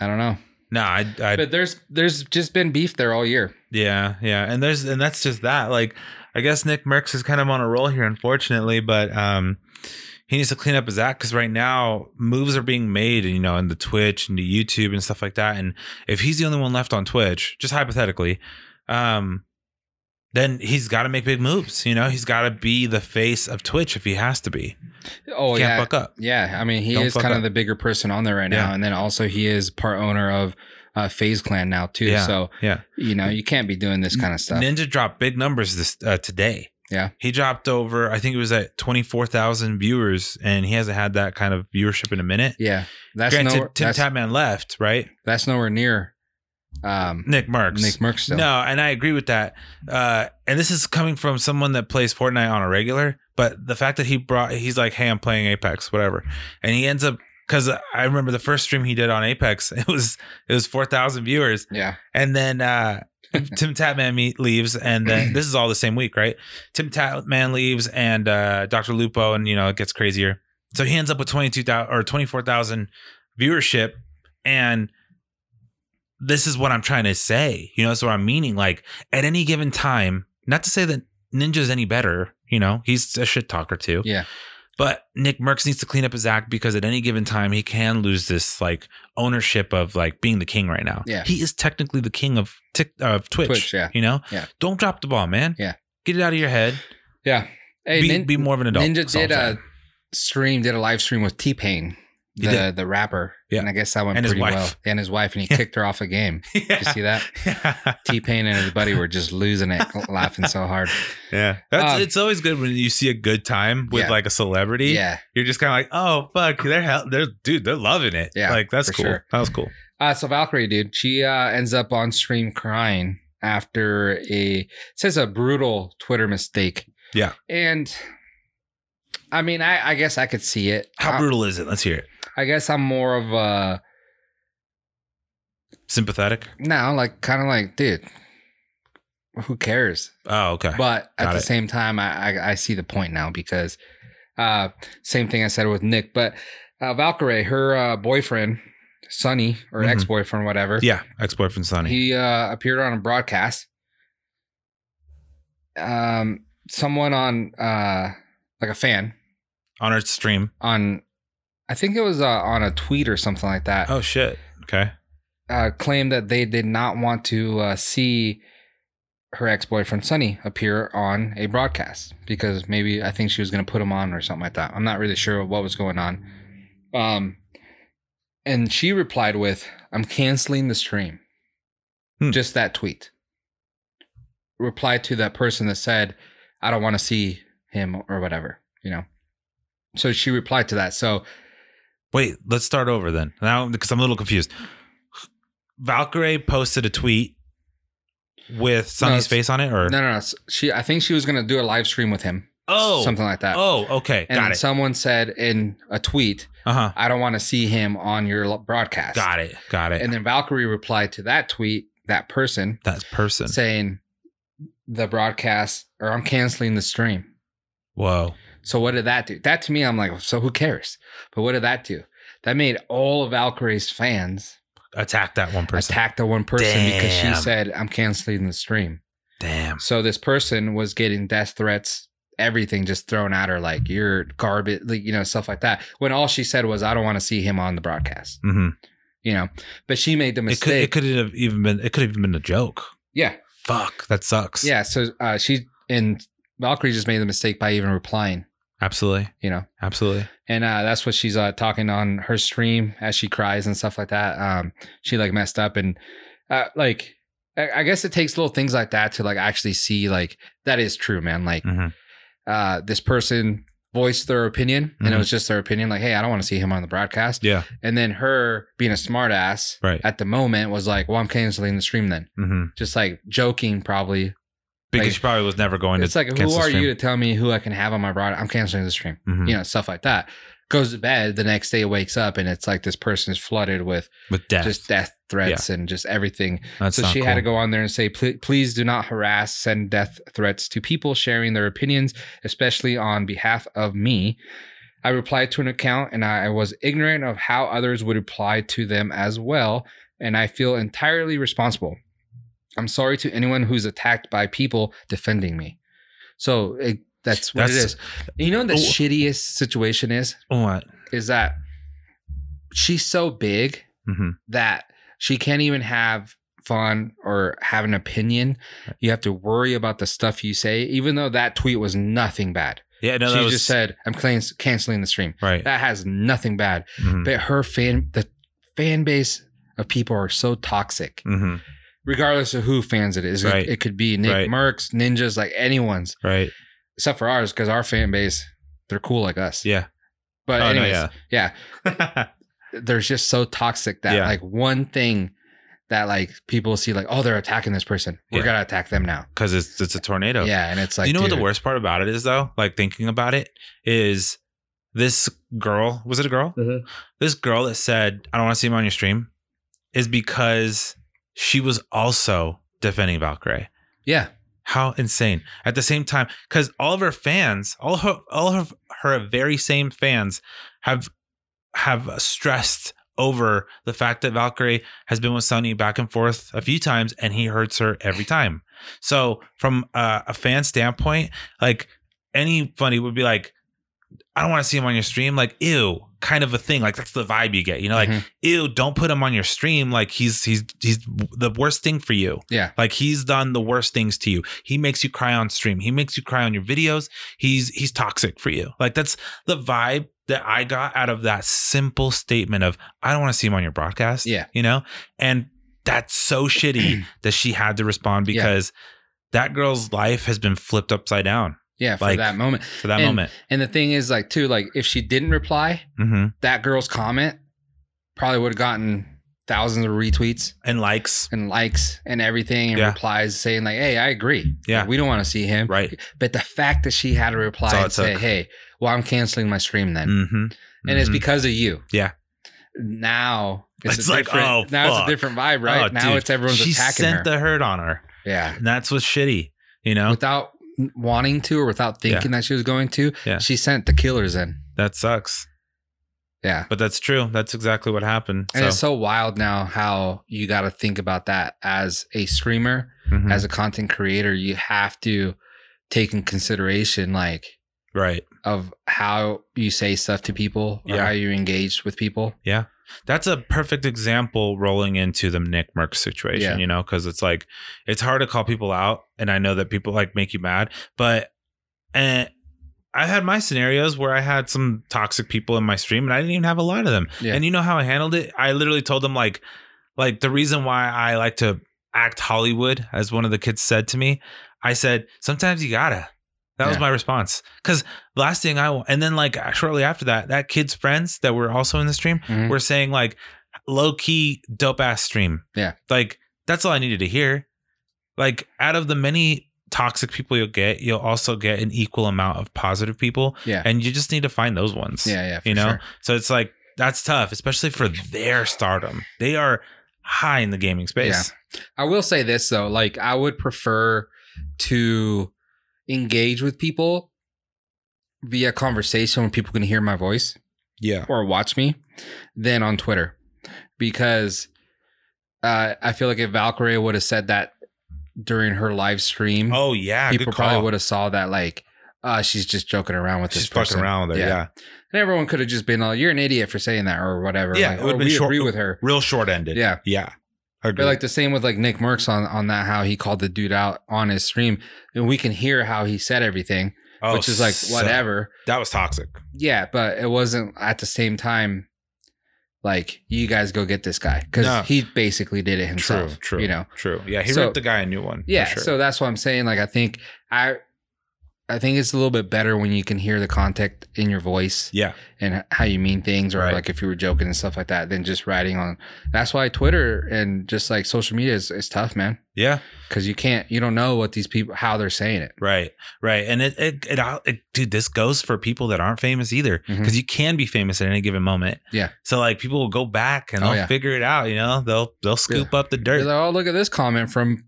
Speaker 2: I don't know.
Speaker 3: No, I, I
Speaker 2: But there's there's just been beef there all year.
Speaker 3: Yeah, yeah. And there's and that's just that. Like I guess Nick Merckx is kind of on a roll here, unfortunately, but um he needs to clean up his act because right now moves are being made, you know, in the Twitch and the YouTube and stuff like that. And if he's the only one left on Twitch, just hypothetically, um, then he's got to make big moves. You know, he's got to be the face of Twitch if he has to be.
Speaker 2: Oh
Speaker 3: Can't
Speaker 2: yeah,
Speaker 3: fuck up.
Speaker 2: yeah. I mean, he
Speaker 3: Don't
Speaker 2: is
Speaker 3: fuck
Speaker 2: kind
Speaker 3: up.
Speaker 2: of the bigger person on there right now,
Speaker 3: Yeah.
Speaker 2: and then also he is part owner of uh, Phase Clan now too.
Speaker 3: Yeah.
Speaker 2: So
Speaker 3: Yeah.
Speaker 2: you know you can't be doing this kind of stuff.
Speaker 3: Ninja dropped big numbers this uh, today.
Speaker 2: Yeah.
Speaker 3: he dropped over. I think it was at twenty four thousand viewers, and he hasn't had that kind of viewership in a minute.
Speaker 2: yeah, that's
Speaker 3: Granted,
Speaker 2: nowhere,
Speaker 3: Tim
Speaker 2: that's,
Speaker 3: Tatman left, right?
Speaker 2: that's nowhere near um,
Speaker 3: Nick Marks.
Speaker 2: Nick Merckx. Still.
Speaker 3: no, and I agree with that. Uh, and this is coming from someone that plays Fortnite on a regular, but the fact that he brought, he's like, hey, I'm playing Apex, whatever, and he ends up because I remember the first stream he did on Apex, it was it was four thousand viewers,
Speaker 2: Yeah,
Speaker 3: and then uh, Tim Tatman me- leaves, and then this is all the same week, right? Tim Tatman leaves, and uh, Dr. Lupo, and you know it gets crazier. So he ends up with twenty two thousand or twenty four thousand viewership, and this is what I'm trying to say. You know, that's what I'm meaning. Like at any given time, not to say that Ninja's any better. You know, he's a shit talker too.
Speaker 2: Yeah.
Speaker 3: But Nick Merckx needs to clean up his act because at any given time he can lose this like ownership of like being the king right now.
Speaker 2: Yeah.
Speaker 3: He is technically the king of Tik of Twitch.
Speaker 2: Twitch, yeah.
Speaker 3: You know?
Speaker 2: Yeah.
Speaker 3: Don't drop the ball, man.
Speaker 2: Yeah.
Speaker 3: Get it out of your head.
Speaker 2: yeah. Hey,
Speaker 3: be,
Speaker 2: Nin-
Speaker 3: be more of an adult.
Speaker 2: Ninja
Speaker 3: That's all
Speaker 2: did
Speaker 3: I'm
Speaker 2: a
Speaker 3: saying.
Speaker 2: stream, did a live stream with T Pain,
Speaker 3: He
Speaker 2: the
Speaker 3: did.
Speaker 2: the rapper.
Speaker 3: Yeah.
Speaker 2: and I guess that went
Speaker 3: And his
Speaker 2: pretty
Speaker 3: wife.
Speaker 2: well. And his wife, and he
Speaker 3: Yeah.
Speaker 2: kicked her off a game.
Speaker 3: yeah.
Speaker 2: Did you see that?
Speaker 3: yeah.
Speaker 2: T Pain and his buddy were just losing it, laughing so hard.
Speaker 3: That's,
Speaker 2: Um,
Speaker 3: it's always good when you see a good time with
Speaker 2: Yeah.
Speaker 3: like a celebrity.
Speaker 2: Yeah.
Speaker 3: You're just kind of like, oh fuck, they're hell, they're dude, they're loving it.
Speaker 2: Yeah,
Speaker 3: Like that's
Speaker 2: for
Speaker 3: cool.
Speaker 2: sure.
Speaker 3: That was cool.
Speaker 2: Uh, so Valkyrie, dude, she uh, ends up on stream crying after a says a brutal Twitter mistake.
Speaker 3: Yeah.
Speaker 2: and I mean, I, I guess I could see it.
Speaker 3: How
Speaker 2: I-
Speaker 3: brutal is it? Let's hear it.
Speaker 2: I guess I'm more of a
Speaker 3: Sympathetic.
Speaker 2: now, like kind of like, dude, who cares?
Speaker 3: Oh, okay.
Speaker 2: But at
Speaker 3: Got
Speaker 2: the
Speaker 3: it.
Speaker 2: same time, I, I I see the point now because uh, same thing I said with Nick, but uh, Valkyrie, her uh, boyfriend, Sonny or
Speaker 3: Mhm.
Speaker 2: ex boyfriend, whatever,
Speaker 3: yeah, ex boyfriend Sonny.
Speaker 2: he uh, appeared on a broadcast. Um, someone on uh, like a fan
Speaker 3: on our stream.
Speaker 2: on, I think it was uh, on a tweet or something like that.
Speaker 3: Oh shit. Okay.
Speaker 2: uh, claimed that they did not want to uh, see her ex boyfriend Sonny appear on a broadcast because maybe I think she was going to put him on or something like that. I'm not really sure what was going on. Um, and she replied with, I'm canceling the stream.
Speaker 3: Hmm.
Speaker 2: Just that tweet. Reply to that person that said, I don't want to see him or whatever, you know? So she replied to that. So,
Speaker 3: Wait, let's start over then. Now because I'm a little confused. Valkyrie posted a tweet with
Speaker 2: it's-
Speaker 3: Sonny's face on it or
Speaker 2: no, no, no. She, I think she was going to do a live stream with him.
Speaker 3: Oh.
Speaker 2: something like that.
Speaker 3: Oh, okay.
Speaker 2: and
Speaker 3: Got
Speaker 2: then
Speaker 3: it.
Speaker 2: someone said in a tweet,
Speaker 3: Uh-huh.
Speaker 2: "I don't want to see him on your lo- broadcast."
Speaker 3: Got it. Got it.
Speaker 2: And then Valkyrie replied to that tweet, that person
Speaker 3: that person.
Speaker 2: saying, "The broadcast, or I'm canceling the stream."
Speaker 3: Whoa.
Speaker 2: So what did that do? That to me, I'm like, so who cares? But what did that do? That made all of Valkyrie's fans
Speaker 3: Attack that one person.
Speaker 2: attack the one person because she
Speaker 3: Damn.
Speaker 2: said, "I'm canceling the stream."
Speaker 3: Damn.
Speaker 2: So this person was getting death threats, everything just thrown at her, like you're garbage, like, you know, stuff like that. When all she said was, "I don't want to see him on the broadcast,"
Speaker 3: hmm
Speaker 2: you know. But she made the
Speaker 3: It could it
Speaker 2: mistake.
Speaker 3: could have even been it could have even been a joke.
Speaker 2: yeah,
Speaker 3: Fuck, that sucks.
Speaker 2: yeah. So uh, she and Valkyrie just made the mistake by even replying,
Speaker 3: Absolutely.
Speaker 2: you know.
Speaker 3: Absolutely.
Speaker 2: And uh, that's what she's uh, talking on her stream as she cries and stuff like that. Um, she like messed up and uh, like I I guess it takes little things like that to like actually see like that is true, man. Like
Speaker 3: hmm
Speaker 2: uh, this person voiced their opinion and it
Speaker 3: Mhm.
Speaker 2: was just their opinion like hey i don't want to see him on the broadcast
Speaker 3: Yeah.
Speaker 2: and then her being a smartass
Speaker 3: Right.
Speaker 2: at the moment was like well i'm canceling the stream then
Speaker 3: Mm-hmm.
Speaker 2: just like joking probably
Speaker 3: Because
Speaker 2: Like-
Speaker 3: she probably was never going
Speaker 2: it's
Speaker 3: to.
Speaker 2: like who
Speaker 3: cancel the
Speaker 2: are
Speaker 3: stream.
Speaker 2: you to tell me who i can have on my broad i'm canceling the stream
Speaker 3: Mhm.
Speaker 2: you know stuff like that goes to bed. The next day wakes up and it's like this person is flooded with
Speaker 3: with death.
Speaker 2: just death threats and just everything.
Speaker 3: That's
Speaker 2: so
Speaker 3: not
Speaker 2: she had
Speaker 3: cool.
Speaker 2: to go on there and say, "Ple- please do not harass, send death threats to people sharing their opinions, especially on behalf of me. I replied to an account and I was ignorant of how others would reply to them as well. And I feel entirely responsible. I'm sorry to anyone who's attacked by people defending me. So it, that's what it
Speaker 5: That's-
Speaker 2: is. You know what the
Speaker 5: Oh.
Speaker 2: shittiest situation is?
Speaker 3: Oh,
Speaker 5: What?
Speaker 2: Is that she's so big
Speaker 3: Mm-hmm.
Speaker 5: hmm
Speaker 2: that she can't even have fun or have an opinion. You have to worry about the stuff you say, even though that tweet was nothing bad.
Speaker 3: yeah, no,
Speaker 2: she
Speaker 3: that was
Speaker 2: just said, "Ah, "I'm clans- canceling the stream."
Speaker 3: right.
Speaker 2: That has nothing bad,
Speaker 3: Mhm.
Speaker 2: but her fan, the fan base of people are so toxic.
Speaker 3: Mhm.
Speaker 2: Regardless of who fans it is, It-
Speaker 3: Right.
Speaker 2: it, could be Nick
Speaker 3: Right.
Speaker 2: Merckx, Ninjas, like anyone's,
Speaker 3: Right.
Speaker 2: except for ours, because our fan base, they're cool like us.
Speaker 3: Yeah.
Speaker 2: But
Speaker 3: Oh, no,
Speaker 2: anyways,
Speaker 3: yeah.
Speaker 2: yeah, they're just so toxic that
Speaker 3: Yeah.
Speaker 2: like one thing that like people see like oh they're attacking this person we're
Speaker 3: Yeah.
Speaker 2: gonna attack them now
Speaker 3: Because it's it's a tornado.
Speaker 2: yeah and it's like
Speaker 3: Do you know what
Speaker 2: dude,
Speaker 3: the worst part about it is though? Like thinking about it is this girl was it a girl?
Speaker 2: Mhm.
Speaker 3: This girl that said I don't want to see him on your stream is because she was also defending Valkyrie.
Speaker 2: yeah
Speaker 3: How insane! At the same time, because all of her fans, all her, all of her very same fans, have have stressed over the fact that Valkyrie has been with Sunny back and forth a few times, and he hurts her every time. So, from uh, a fan standpoint, like any funny would be like, "I don't want to see him on your stream." Like, ew, kind of a thing. Like that's the vibe you get. You know, like,
Speaker 2: Mhm.
Speaker 3: ew, don't put him on your stream. Like he's he's he's the worst thing for you.
Speaker 2: yeah
Speaker 3: Like he's done the worst things to you. He makes you cry on stream. He makes you cry on your videos. He's he's toxic for you. Like that's the vibe that I got out of that simple statement of I don't want to see him on your broadcast.
Speaker 2: Yeah.
Speaker 3: You know? And that's so shitty that she had to respond
Speaker 2: Yeah.
Speaker 3: because that girl's life has been flipped upside down
Speaker 2: yeah for
Speaker 3: Like-
Speaker 2: that moment
Speaker 3: for that
Speaker 2: And-
Speaker 3: moment.
Speaker 2: and the thing is like too like if she didn't reply
Speaker 3: hmm
Speaker 2: that girl's comment probably would have gotten thousands of retweets
Speaker 3: And likes.
Speaker 2: and likes and everything and
Speaker 3: Yeah.
Speaker 2: replies saying like hey i agree
Speaker 3: Yeah.
Speaker 2: Like, we don't want to see him
Speaker 3: Right.
Speaker 2: but the fact that she had to reply
Speaker 3: That's all
Speaker 2: and
Speaker 3: it
Speaker 2: say
Speaker 3: took.
Speaker 2: hey well i'm canceling my stream then
Speaker 3: hmm
Speaker 2: and it's because of you.
Speaker 3: Yeah.
Speaker 2: Now
Speaker 3: It's
Speaker 2: a
Speaker 3: like,
Speaker 2: different-
Speaker 3: oh,
Speaker 2: now
Speaker 3: fuck. Oh,
Speaker 2: it's a different vibe, right? now it's everyone's
Speaker 3: she
Speaker 2: attacking
Speaker 3: sent
Speaker 2: her.
Speaker 3: the hurt on her.
Speaker 2: yeah,
Speaker 3: And that's what's shitty. You know?
Speaker 2: without wanting to or without thinking that she was going to.
Speaker 3: Yeah.
Speaker 2: she sent the killers in.
Speaker 3: that sucks.
Speaker 2: Yeah,
Speaker 3: But that's true. That's exactly what happened.
Speaker 2: and it's so wild now how you got to think about that as a streamer,
Speaker 3: Mhm.
Speaker 2: as a content creator. You have to take in consideration like
Speaker 3: right.
Speaker 2: of how you say stuff to people or
Speaker 3: Yeah.
Speaker 2: how you engage with people.
Speaker 3: That's a perfect example rolling into the Nick Merck situation,
Speaker 2: Yeah.
Speaker 3: you know, because it's like it's hard to call people out, and I know that people like make you mad, but and I had my scenarios where I had some toxic people in my stream, and I didn't even have a lot of them.
Speaker 2: Yeah.
Speaker 3: And you know how I handled it? I literally told them like, like the reason why I like to act Hollywood, as one of the kids said to me, I said sometimes you gotta. That was
Speaker 2: Yeah.
Speaker 3: my response because last thing I and then like shortly after that, that kid's friends that were also in the stream
Speaker 2: Mhm.
Speaker 3: we're saying like low key dope ass stream.
Speaker 2: Yeah.
Speaker 3: Like that's all I needed to hear. Like out of the many toxic people you'll get, you'll also get an equal amount of positive people.
Speaker 2: Yeah.
Speaker 3: And you just need to find those ones.
Speaker 2: Yeah, yeah, for
Speaker 3: You know?
Speaker 2: sure.
Speaker 3: So it's like that's tough, especially for their stardom. They are high in the gaming space.
Speaker 2: I will say this though, like I would prefer to engage with people via conversation when people can hear my voice
Speaker 3: Yeah.
Speaker 2: or watch me than on Twitter. Because uh, I feel like if Valkyrie would have said that during her live stream,
Speaker 3: Oh yeah.
Speaker 2: people
Speaker 3: good
Speaker 2: probably
Speaker 3: call.
Speaker 2: would have saw that like uh, she's just joking around with
Speaker 3: She's
Speaker 2: this person.
Speaker 3: fucking around with her. Yeah.
Speaker 2: Yeah. And everyone could have just been like, "You're an idiot for saying that" or whatever.
Speaker 3: Yeah,
Speaker 2: like,
Speaker 3: it would've
Speaker 2: "Oh,
Speaker 3: been
Speaker 2: we
Speaker 3: short-
Speaker 2: agree with her.
Speaker 3: Real short ended.
Speaker 2: Yeah,
Speaker 3: Yeah. Agree.
Speaker 2: But like the same with like Nick Merckx on on that how he called the dude out on his stream, and we can hear how he said everything,
Speaker 3: Oh,
Speaker 2: which is like
Speaker 3: so-
Speaker 2: whatever.
Speaker 3: that was toxic.
Speaker 2: Yeah, but it wasn't at the same time. Like you guys go get this guy because
Speaker 3: No.
Speaker 2: he basically did it himself.
Speaker 3: True, true.
Speaker 2: You know.
Speaker 3: True. Yeah. He
Speaker 2: So-
Speaker 3: ripped the guy a new one. for
Speaker 2: Yeah.
Speaker 3: sure.
Speaker 2: So that's what I'm saying. Like I think I I think it's a little bit better when you can hear the context in your voice
Speaker 3: Yeah.
Speaker 2: and how you mean things, or
Speaker 3: Right.
Speaker 2: like if you were joking and stuff like that, than just writing on. That's why Twitter and just like social media is, is tough, man,
Speaker 3: Yeah.
Speaker 2: because you can't, you don't know what these people, how they're saying it.
Speaker 3: Right. Right. And it, it, it, all- it dude, this goes for people that aren't famous either.
Speaker 2: Mhm.
Speaker 3: Cause you can be famous at any given moment.
Speaker 2: Yeah.
Speaker 3: So like people will go back and
Speaker 2: Oh,
Speaker 3: they'll
Speaker 2: yeah.
Speaker 3: figure it out, you know, they'll, they'll scoop up the
Speaker 2: They're
Speaker 3: dirt.
Speaker 2: like, oh, look at this comment from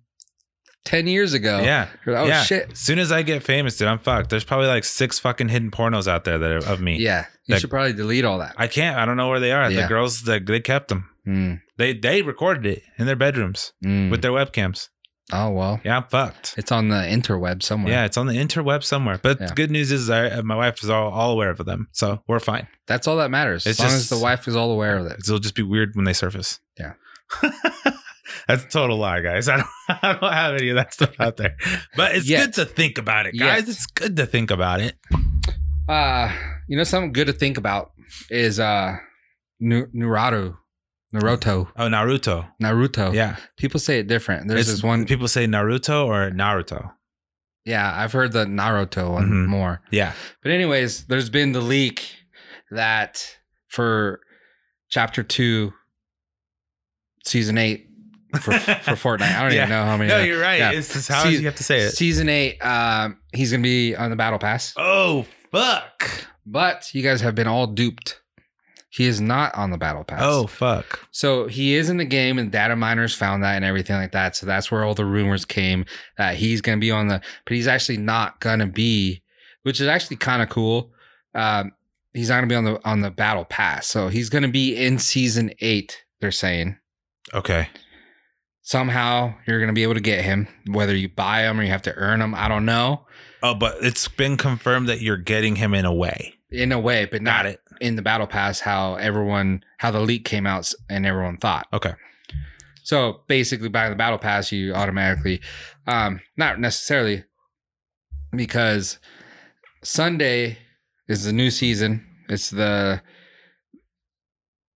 Speaker 2: 10 years ago.
Speaker 3: Yeah.
Speaker 2: You're like, oh,
Speaker 3: Yeah.
Speaker 2: shit.
Speaker 3: As soon as I get famous, dude, I'm fucked. There's probably like six fucking hidden pornos out there that are of me.
Speaker 2: Yeah. You
Speaker 3: That-
Speaker 2: should probably delete all that.
Speaker 3: I can't. I don't know where they are.
Speaker 2: Yeah.
Speaker 3: The girls, the, they kept them.
Speaker 2: Mm,
Speaker 3: They they recorded it in their bedrooms
Speaker 2: mm.
Speaker 3: with their webcams.
Speaker 2: oh, well,
Speaker 3: Yeah, I'm fucked.
Speaker 2: it's on the interweb somewhere.
Speaker 3: Yeah, it's on the interweb somewhere. But
Speaker 2: Yeah.
Speaker 3: the good news is, I, my wife is all, all aware of them, so we're fine.
Speaker 2: That's all that matters.
Speaker 3: It's
Speaker 2: as long
Speaker 3: just-
Speaker 2: as the wife is all aware of it.
Speaker 3: It'll just be weird when they surface.
Speaker 2: Yeah.
Speaker 3: That's a total lie, guys. I don't, I don't have any of that stuff out there. But it's
Speaker 2: Yet.
Speaker 3: good to think about it, guys.
Speaker 2: Yet.
Speaker 3: It's good to think about it.
Speaker 2: Uh, you know, something good to think about is uh, Nu- Naruto, Naruto,
Speaker 3: Oh, Naruto.
Speaker 2: Naruto.
Speaker 3: Yeah.
Speaker 2: people say it different. Oh, There's
Speaker 3: It's-
Speaker 2: this one.
Speaker 3: People say Naruto or Naruto.
Speaker 2: Yeah, I've heard the Naruto one
Speaker 3: Mhm.
Speaker 2: more.
Speaker 3: Yeah.
Speaker 2: But anyways, there's been the leak that for chapter two, season eight for for Fortnite. I don't
Speaker 3: Yeah.
Speaker 2: even know how many.
Speaker 3: No, you're right.
Speaker 2: Yeah.
Speaker 3: It's just how
Speaker 2: See-
Speaker 3: you have to say it.
Speaker 2: Season eight, um, he's gonna be on the battle pass,
Speaker 3: oh, fuck.
Speaker 2: but you guys have been all duped. He is not on the battle pass.
Speaker 3: Oh, fuck.
Speaker 2: So he is in the game, and data miners found that and everything like that. So that's where all the rumors came that he's going to be on the, but he's actually not going to be, which is actually kind of cool. Um, he's not going to be on the on the battle pass. So he's going to be in season eight. They're saying
Speaker 3: Okay.
Speaker 2: somehow you're going to be able to get him, whether you buy him or you have to earn him. I don't know.
Speaker 3: Oh, but it's been confirmed that you're getting him in a way.
Speaker 2: In a way, but not
Speaker 3: Got it.
Speaker 2: in the battle pass how everyone how the leak came out s- and everyone thought.
Speaker 3: Okay.
Speaker 2: So basically, buying the battle pass, you automatically, um, not necessarily, because Sunday is the new season. It's the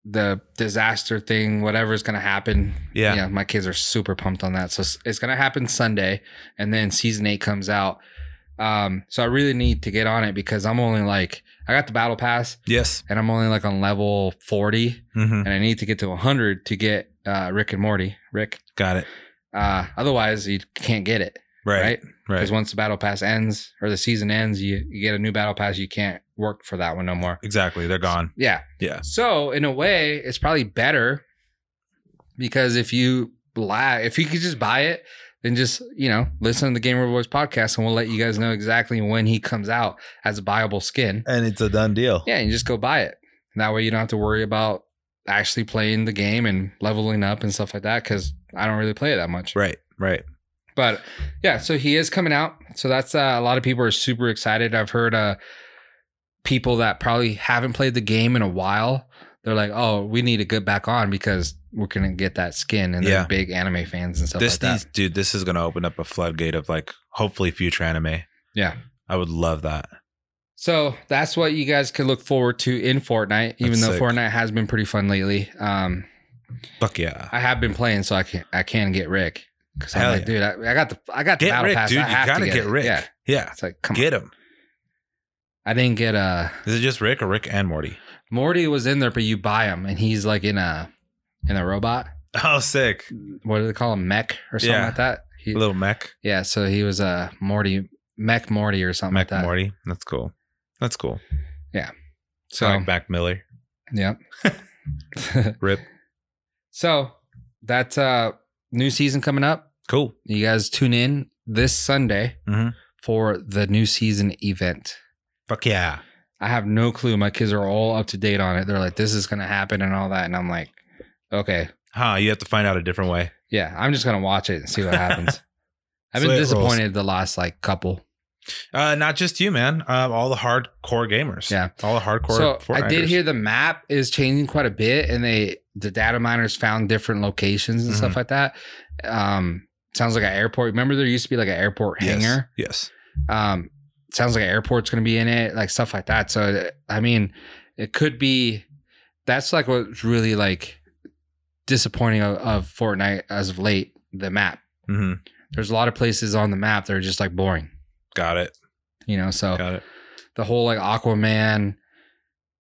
Speaker 2: the disaster thing, whatever's gonna happen.
Speaker 3: Yeah.
Speaker 2: yeah. My kids are super pumped on that, so s- it's gonna happen Sunday, and then season eight comes out. Um, so I really need to get on it because I'm only like I got the battle pass
Speaker 3: Yes.
Speaker 2: and I'm only like on level 40
Speaker 3: Mm-hmm.
Speaker 2: and I need to get to 100 to get uh, Rick and Morty. Rick.
Speaker 3: Got it.
Speaker 2: Uh, otherwise, you can't get it,
Speaker 3: Right.
Speaker 2: right?
Speaker 3: Right.
Speaker 2: Because once the battle pass ends or the season ends, you, you get a new battle pass. You can't work for that one no more.
Speaker 3: Exactly. They're gone.
Speaker 2: Yeah.
Speaker 3: Yeah.
Speaker 2: So in a way, it's probably better because if you lag, if you could just buy it, then just you know listen to the Gamer Boys podcast, and we'll let you guys know exactly when he comes out as a viable skin.
Speaker 3: And it's a done deal.
Speaker 2: Yeah, and you just go buy it. And that way you don't have to worry about actually playing the game and leveling up and stuff like that because I don't really play it that much.
Speaker 3: Right. Right.
Speaker 2: But yeah, so he is coming out. So that's uh, a lot of people are super excited. I've heard uh, people that probably haven't played the game in a while. They're like, oh, we need to get back on because we're going to get that skin. And
Speaker 3: Yeah.
Speaker 2: they're big anime fans and stuff
Speaker 3: This
Speaker 2: like that.
Speaker 3: needs, dude, this is going to open up a floodgate of like hopefully future anime.
Speaker 2: Yeah.
Speaker 3: I would love that.
Speaker 2: So that's what you guys could look forward to in Fortnite, even
Speaker 3: That's
Speaker 2: though
Speaker 3: sick.
Speaker 2: Fortnite has been pretty fun lately. Um,
Speaker 3: Fuck yeah.
Speaker 2: I have been playing, so I can I can get Rick because I'm
Speaker 3: Hell
Speaker 2: like,
Speaker 3: yeah.
Speaker 2: dude, I, I got the I got the
Speaker 3: Get
Speaker 2: battle
Speaker 3: Rick,
Speaker 2: pass.
Speaker 3: dude.
Speaker 2: I
Speaker 3: You
Speaker 2: have to
Speaker 3: got to get
Speaker 2: it.
Speaker 3: Rick.
Speaker 2: Yeah,
Speaker 3: Yeah.
Speaker 2: it's like come on.
Speaker 3: Get him.
Speaker 2: I didn't get uh
Speaker 3: Is it just Rick or Rick and Morty?
Speaker 2: Morty was in there, but you buy him, and he's like in a in a robot.
Speaker 3: Oh, sick.
Speaker 2: What do they call him? Mech or something
Speaker 3: Yeah.
Speaker 2: like that. He,
Speaker 3: Little mech.
Speaker 2: yeah, so he was uh, Morty Mech Morty or something
Speaker 3: Mech
Speaker 2: like that.
Speaker 3: Morty. That's cool. That's cool.
Speaker 2: So
Speaker 3: like Mac Miller.
Speaker 2: yeah.
Speaker 3: Rip.
Speaker 2: so that's uh new season coming up.
Speaker 3: Cool.
Speaker 2: You guys tune in this Sunday
Speaker 3: Mhm.
Speaker 2: for the new season event.
Speaker 3: Fuck yeah.
Speaker 2: I have no clue. My kids are all up to date on it. They're like, this is going to happen and all that. And I'm like, okay,
Speaker 3: Huh. You have to find out a different way.
Speaker 2: yeah, I'm just going to watch it and see what happens. I've been
Speaker 3: Sweet
Speaker 2: disappointed the last like couple.
Speaker 3: Uh, not just you, man. Um, all the hardcore gamers.
Speaker 2: Yeah.
Speaker 3: All the hardcore.
Speaker 2: so I did
Speaker 3: Fortniters.
Speaker 2: hear the map is changing quite a bit and they, the data miners found different locations and stuff like that. Um, sounds like an airport. Remember there used to be like an airport
Speaker 3: Yes.
Speaker 2: hangar?
Speaker 3: Yes.
Speaker 2: Um, sounds like an airport's going to be in it, like stuff like that. So, I mean, it could be. That's like what's really like disappointing of, of Fortnite as of late. The map.
Speaker 3: hmm
Speaker 2: There's a lot of places on the map that are just like boring.
Speaker 3: Got it.
Speaker 2: You know, so
Speaker 3: Got it.
Speaker 2: the whole like Aquaman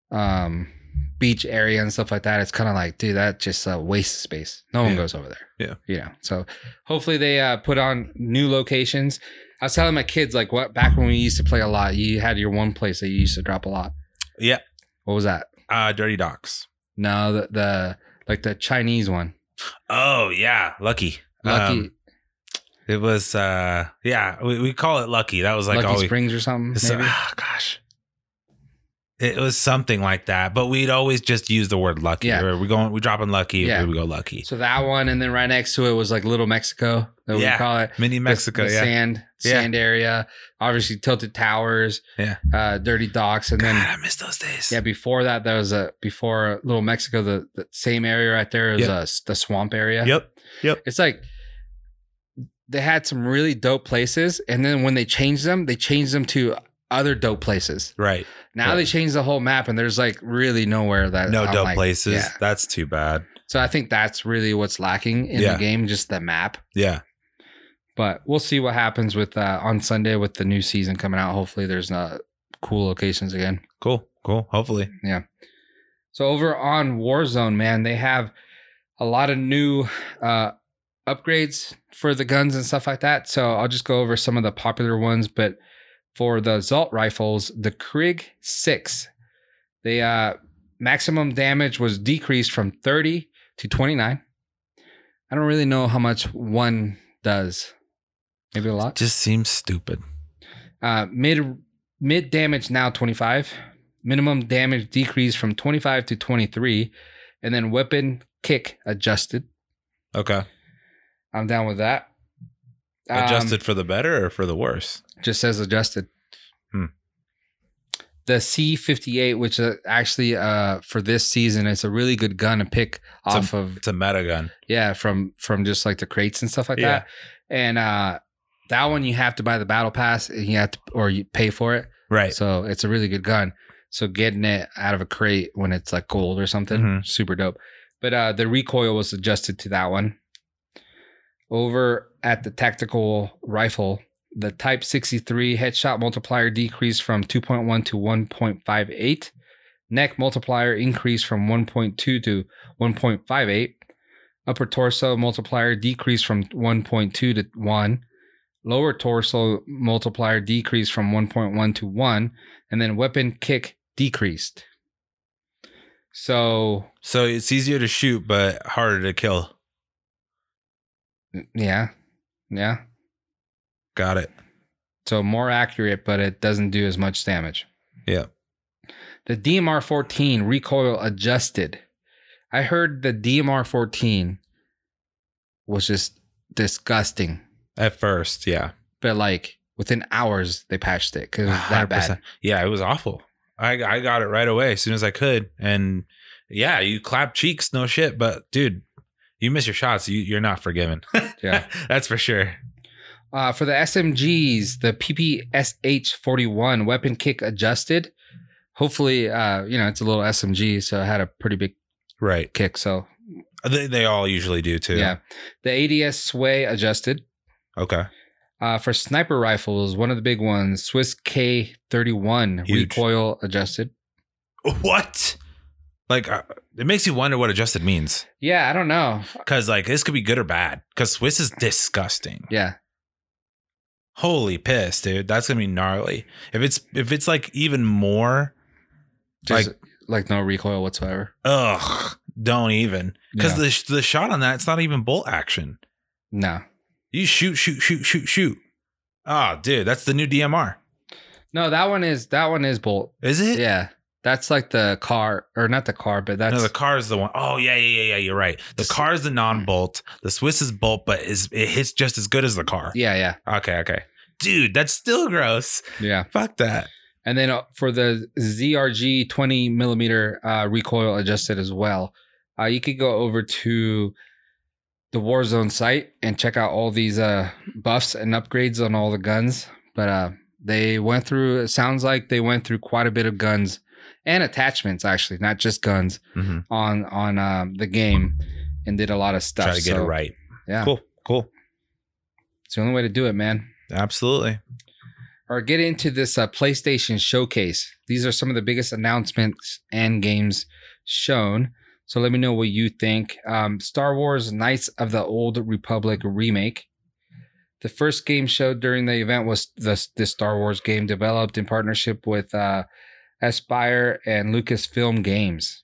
Speaker 2: um beach area and stuff like that, it's kind of like, dude, that just uh, wastes space. No one
Speaker 3: Yeah.
Speaker 2: goes over there.
Speaker 3: Yeah.
Speaker 2: You know. So hopefully they uh put on new locations. I was telling my kids like what back when we used to play a lot, you had your one place that you used to drop a lot.
Speaker 3: Yeah.
Speaker 2: What was that?
Speaker 3: Uh, Dirty Docs.
Speaker 2: No, the, the like the Chinese one.
Speaker 3: Oh yeah, Lucky.
Speaker 2: Lucky
Speaker 3: Um, it was. uh Yeah, we, we call it Lucky. That was like all
Speaker 2: Lucky
Speaker 3: we.
Speaker 2: Springs or something.
Speaker 3: So-
Speaker 2: Maybe.
Speaker 3: ah, gosh. It was something like that, but we'd always just use the word lucky.
Speaker 2: Yeah.
Speaker 3: Or we going, we dropping lucky.
Speaker 2: Yeah.
Speaker 3: Yeah. We go lucky.
Speaker 2: So that one, and then right next to it was like Little Mexico. That we
Speaker 3: Yeah.
Speaker 2: call it.
Speaker 3: Mini
Speaker 2: the-
Speaker 3: Mexico.
Speaker 2: the
Speaker 3: yeah.
Speaker 2: sand
Speaker 3: Yeah.
Speaker 2: sand area obviously tilted towers
Speaker 3: Yeah.
Speaker 2: uh dirty docks and
Speaker 3: God,
Speaker 2: then
Speaker 3: I miss those days.
Speaker 2: yeah before that there was a before little mexico the, the same area right there is
Speaker 3: Yep.
Speaker 2: uh, s- the swamp area
Speaker 3: Yep.
Speaker 2: it's like they had some really dope places and then when they changed them they changed them to other dope places
Speaker 3: Right.
Speaker 2: now
Speaker 3: Right.
Speaker 2: they changed the whole map and there's like really nowhere that
Speaker 3: No
Speaker 2: I'm
Speaker 3: dope
Speaker 2: like-
Speaker 3: places.
Speaker 2: yeah.
Speaker 3: That's too bad.
Speaker 2: so i think that's really what's lacking in
Speaker 3: Yeah.
Speaker 2: the game just the map
Speaker 3: Yeah.
Speaker 2: but we'll see what happens with uh, on Sunday with the new season coming out. Hopefully, there's not cool locations again.
Speaker 3: Cool. Cool. Hopefully.
Speaker 2: So over on Warzone, man, they have a lot of new uh, upgrades for the guns and stuff like that. So I'll just go over some of the popular ones. But for the Zalt rifles, the Krig Six, the uh, maximum damage was decreased from 30 to 29. I don't really know how much one does. Maybe a lot.
Speaker 3: Just seems stupid.
Speaker 2: Uh, mid mid damage now 25. Minimum damage decreased from 25 to 23. And then weapon kick adjusted.
Speaker 3: Okay.
Speaker 2: I'm down with that. Um,
Speaker 3: Adjusted for the better or for the worse?
Speaker 2: just says adjusted.
Speaker 3: Hmm.
Speaker 2: The C58, which uh, actually uh, for this season, it's a really good gun to pick
Speaker 3: It's a-
Speaker 2: off of
Speaker 3: It's a meta gun.
Speaker 2: Yeah, from from just like the crates and stuff like
Speaker 3: Yeah.
Speaker 2: that. And uh that one you have to buy the battle pass and you have to or you pay for it.
Speaker 3: Right.
Speaker 2: So it's a really good gun. So getting it out of a crate when it's like gold or something,
Speaker 3: Mhm.
Speaker 2: super dope. But uh the recoil was adjusted to that one. Over at the tactical rifle, the Type 63 headshot multiplier decreased from 2.1 to 1.58. Neck multiplier increased from 1.2 to 1.58. Upper torso multiplier decreased from 1.2 to 1 lower torso multiplier decreased from 1.1 to 1 and then weapon kick decreased so
Speaker 3: So it's easier to shoot, but harder to kill.
Speaker 2: yeah yeah
Speaker 3: Got it.
Speaker 2: so more accurate but it doesn't do as much damage
Speaker 3: Yeah.
Speaker 2: the DMR 14 recoil adjusted i heard the DMR 14 was just disgusting
Speaker 3: At first. Yeah.
Speaker 2: but like within hours they patched it cuz it was that bad
Speaker 3: 100%. Yeah. It was awful. I, I got it right away as soon as I could. And yeah, you clap cheeks, no shit. But dude, you miss your shots. You, you're not forgiven.
Speaker 2: Yeah.
Speaker 3: That's for sure.
Speaker 2: Uh, for the SMGs, the PPSH 41 weapon kick adjusted. Hopefully, uh, you know, it's a little SMG, so it had a pretty big
Speaker 3: Right.
Speaker 2: kick. So,
Speaker 3: They, they all usually do too.
Speaker 2: yeah. The ADS sway adjusted.
Speaker 3: Okay.
Speaker 2: Uh, for sniper rifles, one of the big ones, Swiss K 31
Speaker 3: Huge.
Speaker 2: recoil adjusted.
Speaker 3: What? Like, uh, it makes you wonder what adjusted means.
Speaker 2: Yeah, I don't know.
Speaker 3: Cause like this could be good or bad. Cause Swiss is disgusting.
Speaker 2: Yeah.
Speaker 3: Holy piss, dude. That's gonna be gnarly. If it's if it's like even more,
Speaker 2: Just like, no recoil whatsoever.
Speaker 3: ugh, don't even. Cause
Speaker 2: Yeah.
Speaker 3: the sh- the shot on that, it's not even bolt action.
Speaker 2: No.
Speaker 3: You shoot, shoot, shoot, shoot, shoot. Ah, dude, that's the new DMR.
Speaker 2: No, that one is that one is bolt.
Speaker 3: Is it?
Speaker 2: Yeah. That's like the car or not the car, but that's
Speaker 3: no, the car is the one. Oh yeah, yeah, yeah, yeah. You're right. The
Speaker 2: The-
Speaker 3: car is the non-bolt. The Swiss is bolt, but is it hits just as good as the car.
Speaker 2: yeah, yeah.
Speaker 3: Okay, okay. Dude, that's still gross.
Speaker 2: Yeah.
Speaker 3: Fuck that.
Speaker 2: And then uh, for the ZRG 20 millimeter uh, recoil adjusted as well, uh, you could go over to the Warzone site and check out all these uh, buffs and upgrades on all the guns. But uh, they went through, it sounds like they went through quite a bit of guns and attachments, actually, not just guns
Speaker 3: Mhm.
Speaker 2: on on um, the game and did a lot of stuff.
Speaker 3: Try to get
Speaker 2: So
Speaker 3: it right.
Speaker 2: Yeah.
Speaker 3: Cool. Cool.
Speaker 2: It's the only way to do it, man.
Speaker 3: Absolutely.
Speaker 2: or get into this uh, PlayStation showcase. These are some of the biggest announcements and games shown. So let me know what you think. Um, Star Wars Knights of the Old Republic remake. The first game showed during the event was the, this Star Wars game developed in partnership with uh, Aspire and Lucasfilm Games.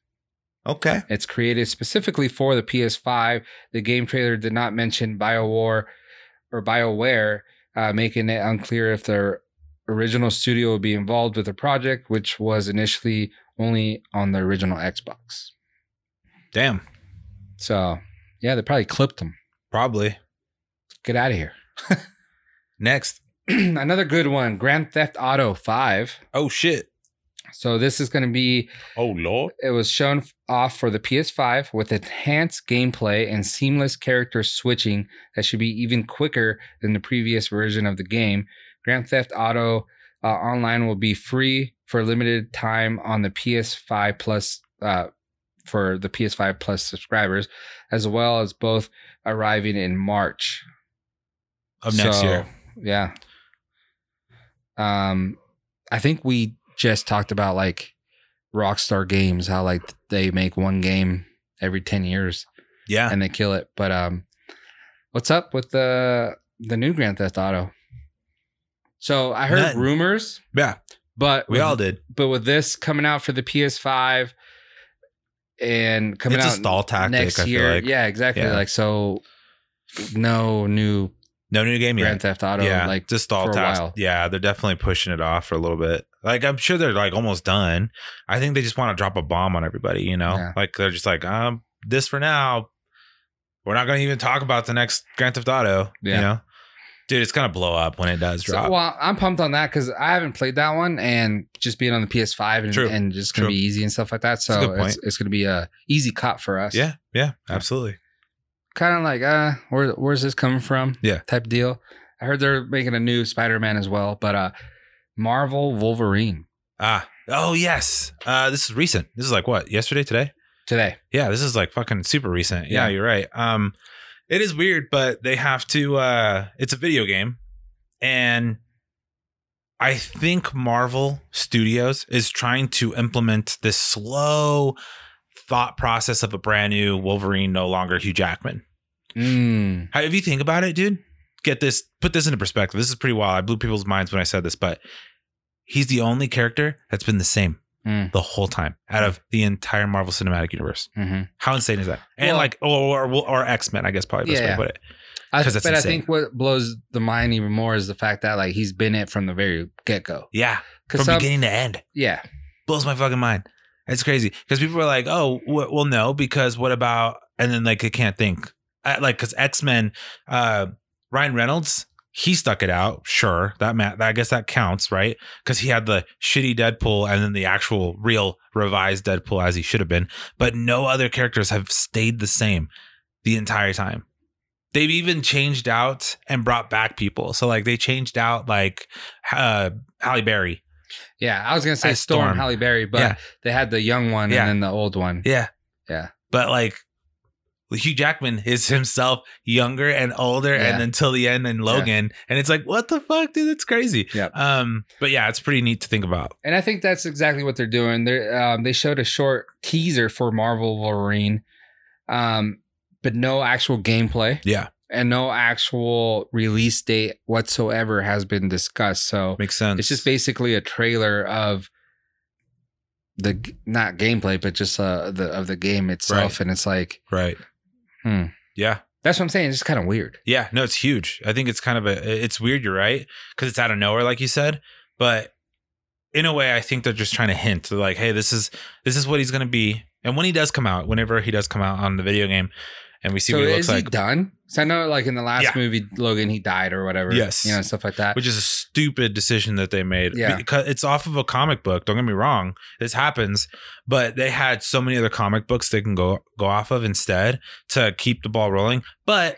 Speaker 3: Okay.
Speaker 2: It's created specifically for the PS5. The game trailer did not mention BioWare or BioWare, uh, making it unclear if their original studio would be involved with the project, which was initially only on the original Xbox.
Speaker 3: Damn.
Speaker 2: So, yeah, they probably clipped them.
Speaker 3: Probably.
Speaker 2: Get out of here.
Speaker 3: Next.
Speaker 2: Another good one Grand Theft Auto 5.
Speaker 3: Oh shit.
Speaker 2: So, this is going to be
Speaker 6: Oh lord.
Speaker 2: it was shown f- off for the PS5 with enhanced gameplay and seamless character switching that should be even quicker than the previous version of the game. Grand Theft Auto uh, Online will be free for a limited time on the PS5 Plus uh, for the PS5 Plus subscribers, as well as both arriving in March
Speaker 3: Of next
Speaker 2: So,
Speaker 3: year.
Speaker 2: Yeah. Um, I think we just talked about like Rockstar Games, how like they make one game every ten years
Speaker 3: Yeah.
Speaker 2: and they kill it. But um, what's up with the the new Grand Theft Auto? So I heard
Speaker 3: Nothing.
Speaker 2: rumors,
Speaker 3: Yeah.
Speaker 2: but
Speaker 3: We
Speaker 2: with-
Speaker 3: all did.
Speaker 2: but with this coming out for the PS5 and coming
Speaker 3: it's
Speaker 2: out
Speaker 3: a stall tactic,
Speaker 2: next
Speaker 3: I feel
Speaker 2: year,
Speaker 3: like.
Speaker 2: yeah, exactly.
Speaker 3: Yeah.
Speaker 2: Like so, no new
Speaker 3: No new game yet.
Speaker 2: Grand Theft Auto,
Speaker 3: yeah.
Speaker 2: like
Speaker 3: just stall
Speaker 2: for a
Speaker 3: task.
Speaker 2: while.
Speaker 3: Yeah, they're definitely pushing it off for a little bit. Like I'm sure they're like almost done. I think they just want to drop a bomb on everybody, you know?
Speaker 2: Yeah.
Speaker 3: Like they're just like, um, this for now. We're not gonna even talk about the next Grand Theft Auto.
Speaker 2: Yeah.
Speaker 3: You know? Dude, it's gonna blow up when it does
Speaker 2: So-
Speaker 3: drop.
Speaker 2: well, I'm pumped on that because I haven't played that one, and just being on the PS5 and,
Speaker 3: True.
Speaker 2: and just gonna
Speaker 3: True.
Speaker 2: be easy and stuff like that.
Speaker 3: a good
Speaker 2: So it's, it's gonna be a easy cop for us.
Speaker 3: yeah, yeah, absolutely.
Speaker 2: kind of like uh, where where's this coming from?
Speaker 3: Yeah.
Speaker 2: type deal. I heard they're making a new Spider-Man as well, but uh, Marvel Wolverine
Speaker 3: Ah. Oh yes. Uh this is recent. This is like what? Yesterday, today?
Speaker 2: today.
Speaker 3: Yeah, this is like fucking super recent. Yeah,
Speaker 2: Yeah.
Speaker 3: you're right. Um it is weird, but they have to uh it's a video game and I think Marvel Studios is trying to implement this slow thought process of a brand new Wolverine, no longer Hugh Jackman.
Speaker 2: Mm,
Speaker 3: How, if you think about it, dude, get this, put this into perspective. This is pretty wild. I blew people's minds when I said this, but he's the only character that's been the same
Speaker 2: Mm.
Speaker 3: the whole time out of the entire Marvel Cinematic Universe.
Speaker 2: hmm
Speaker 3: How insane is that? And
Speaker 2: Well-
Speaker 3: like, or or, or X Men, I guess probably best way
Speaker 2: Yeah.
Speaker 3: to put it.
Speaker 2: I,
Speaker 3: 'Cause
Speaker 2: but
Speaker 3: that's
Speaker 2: I
Speaker 3: insane.
Speaker 2: think what blows the mind even more is the fact that like he's been it from the very get go.
Speaker 3: Yeah, from
Speaker 2: Because
Speaker 3: beginning to end,
Speaker 2: yeah,
Speaker 3: blows my fucking mind. It's crazy because people were like, "Oh, w- well, no," because what about? And then like, they can't think. Uh, like, because X Men, uh, Ryan Reynolds, he stuck it out. Sure, that ma- I guess that counts, right? Because he had the shitty Deadpool and then the actual real revised Deadpool as he should have been. But no other characters have stayed the same the entire time. They've even changed out and brought back people. So like, they changed out like uh, Halle Berry.
Speaker 2: yeah. I was gonna say
Speaker 3: As
Speaker 2: Storm,
Speaker 3: Storm.
Speaker 2: Halle Berry, but
Speaker 3: Yeah.
Speaker 2: they had the young one
Speaker 3: Yeah.
Speaker 2: and then the old one.
Speaker 3: Yeah.
Speaker 2: Yeah.
Speaker 3: But like Hugh Jackman is himself younger and older and
Speaker 2: Yeah.
Speaker 3: until the end and Logan. And it's like, what the fuck, dude? It's crazy.
Speaker 2: Yeah.
Speaker 3: Um, but yeah, it's pretty neat to think about.
Speaker 2: And I think that's exactly what they're doing. They um, they showed a short teaser for Marvel Wolverine, um, but no actual gameplay
Speaker 3: Yeah.
Speaker 2: and no actual release date whatsoever has been discussed. So
Speaker 3: Makes sense.
Speaker 2: it's just basically a trailer of the g- not gameplay, but just uh, the of the game itself.
Speaker 3: Right.
Speaker 2: And it's like
Speaker 3: right.
Speaker 2: Hmm.
Speaker 3: Yeah.
Speaker 2: that's what I'm saying. It's kind of weird.
Speaker 3: Yeah. No, it's huge. I think it's kind of a it's weird, you're right. Cause it's out of nowhere, like you said. But in a way, I think they're just trying to hint. They're like, hey, this is this is what he's gonna be. And when he does come out, whenever he does come out on the video game and we see
Speaker 2: so
Speaker 3: what he
Speaker 2: is
Speaker 3: looks like.
Speaker 2: he done? So I know, like in the last
Speaker 3: Yeah.
Speaker 2: movie, Logan he died or whatever.
Speaker 3: Yes.
Speaker 2: you know stuff like that.
Speaker 3: which is a stupid decision that they made.
Speaker 2: Yeah.
Speaker 3: Because it's off of a comic book. Don't get me wrong. This happens, but they had so many other comic books they can go go off of instead to keep the ball rolling. But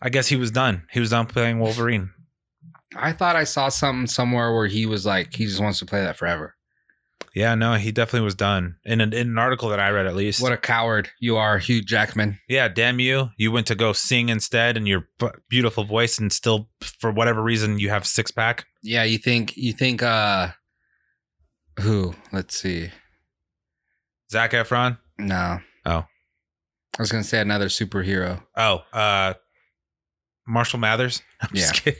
Speaker 3: I guess he was done. He was done playing Wolverine.
Speaker 2: I thought I saw something somewhere where he was like he just wants to play that forever.
Speaker 3: Yeah, no, he definitely was done. In an, in an article that I read, at least.
Speaker 2: What a coward you are, Hugh Jackman.
Speaker 3: yeah, damn you. You went to go sing instead, and your bu- beautiful voice, and still, for whatever reason, you have six pack.
Speaker 2: yeah, you think you think uh who? Let's see.
Speaker 3: Zach Efron.
Speaker 2: No.
Speaker 3: Oh.
Speaker 2: I was gonna say another superhero.
Speaker 3: Oh, uh, Marshall Mathers. I'm just kidding.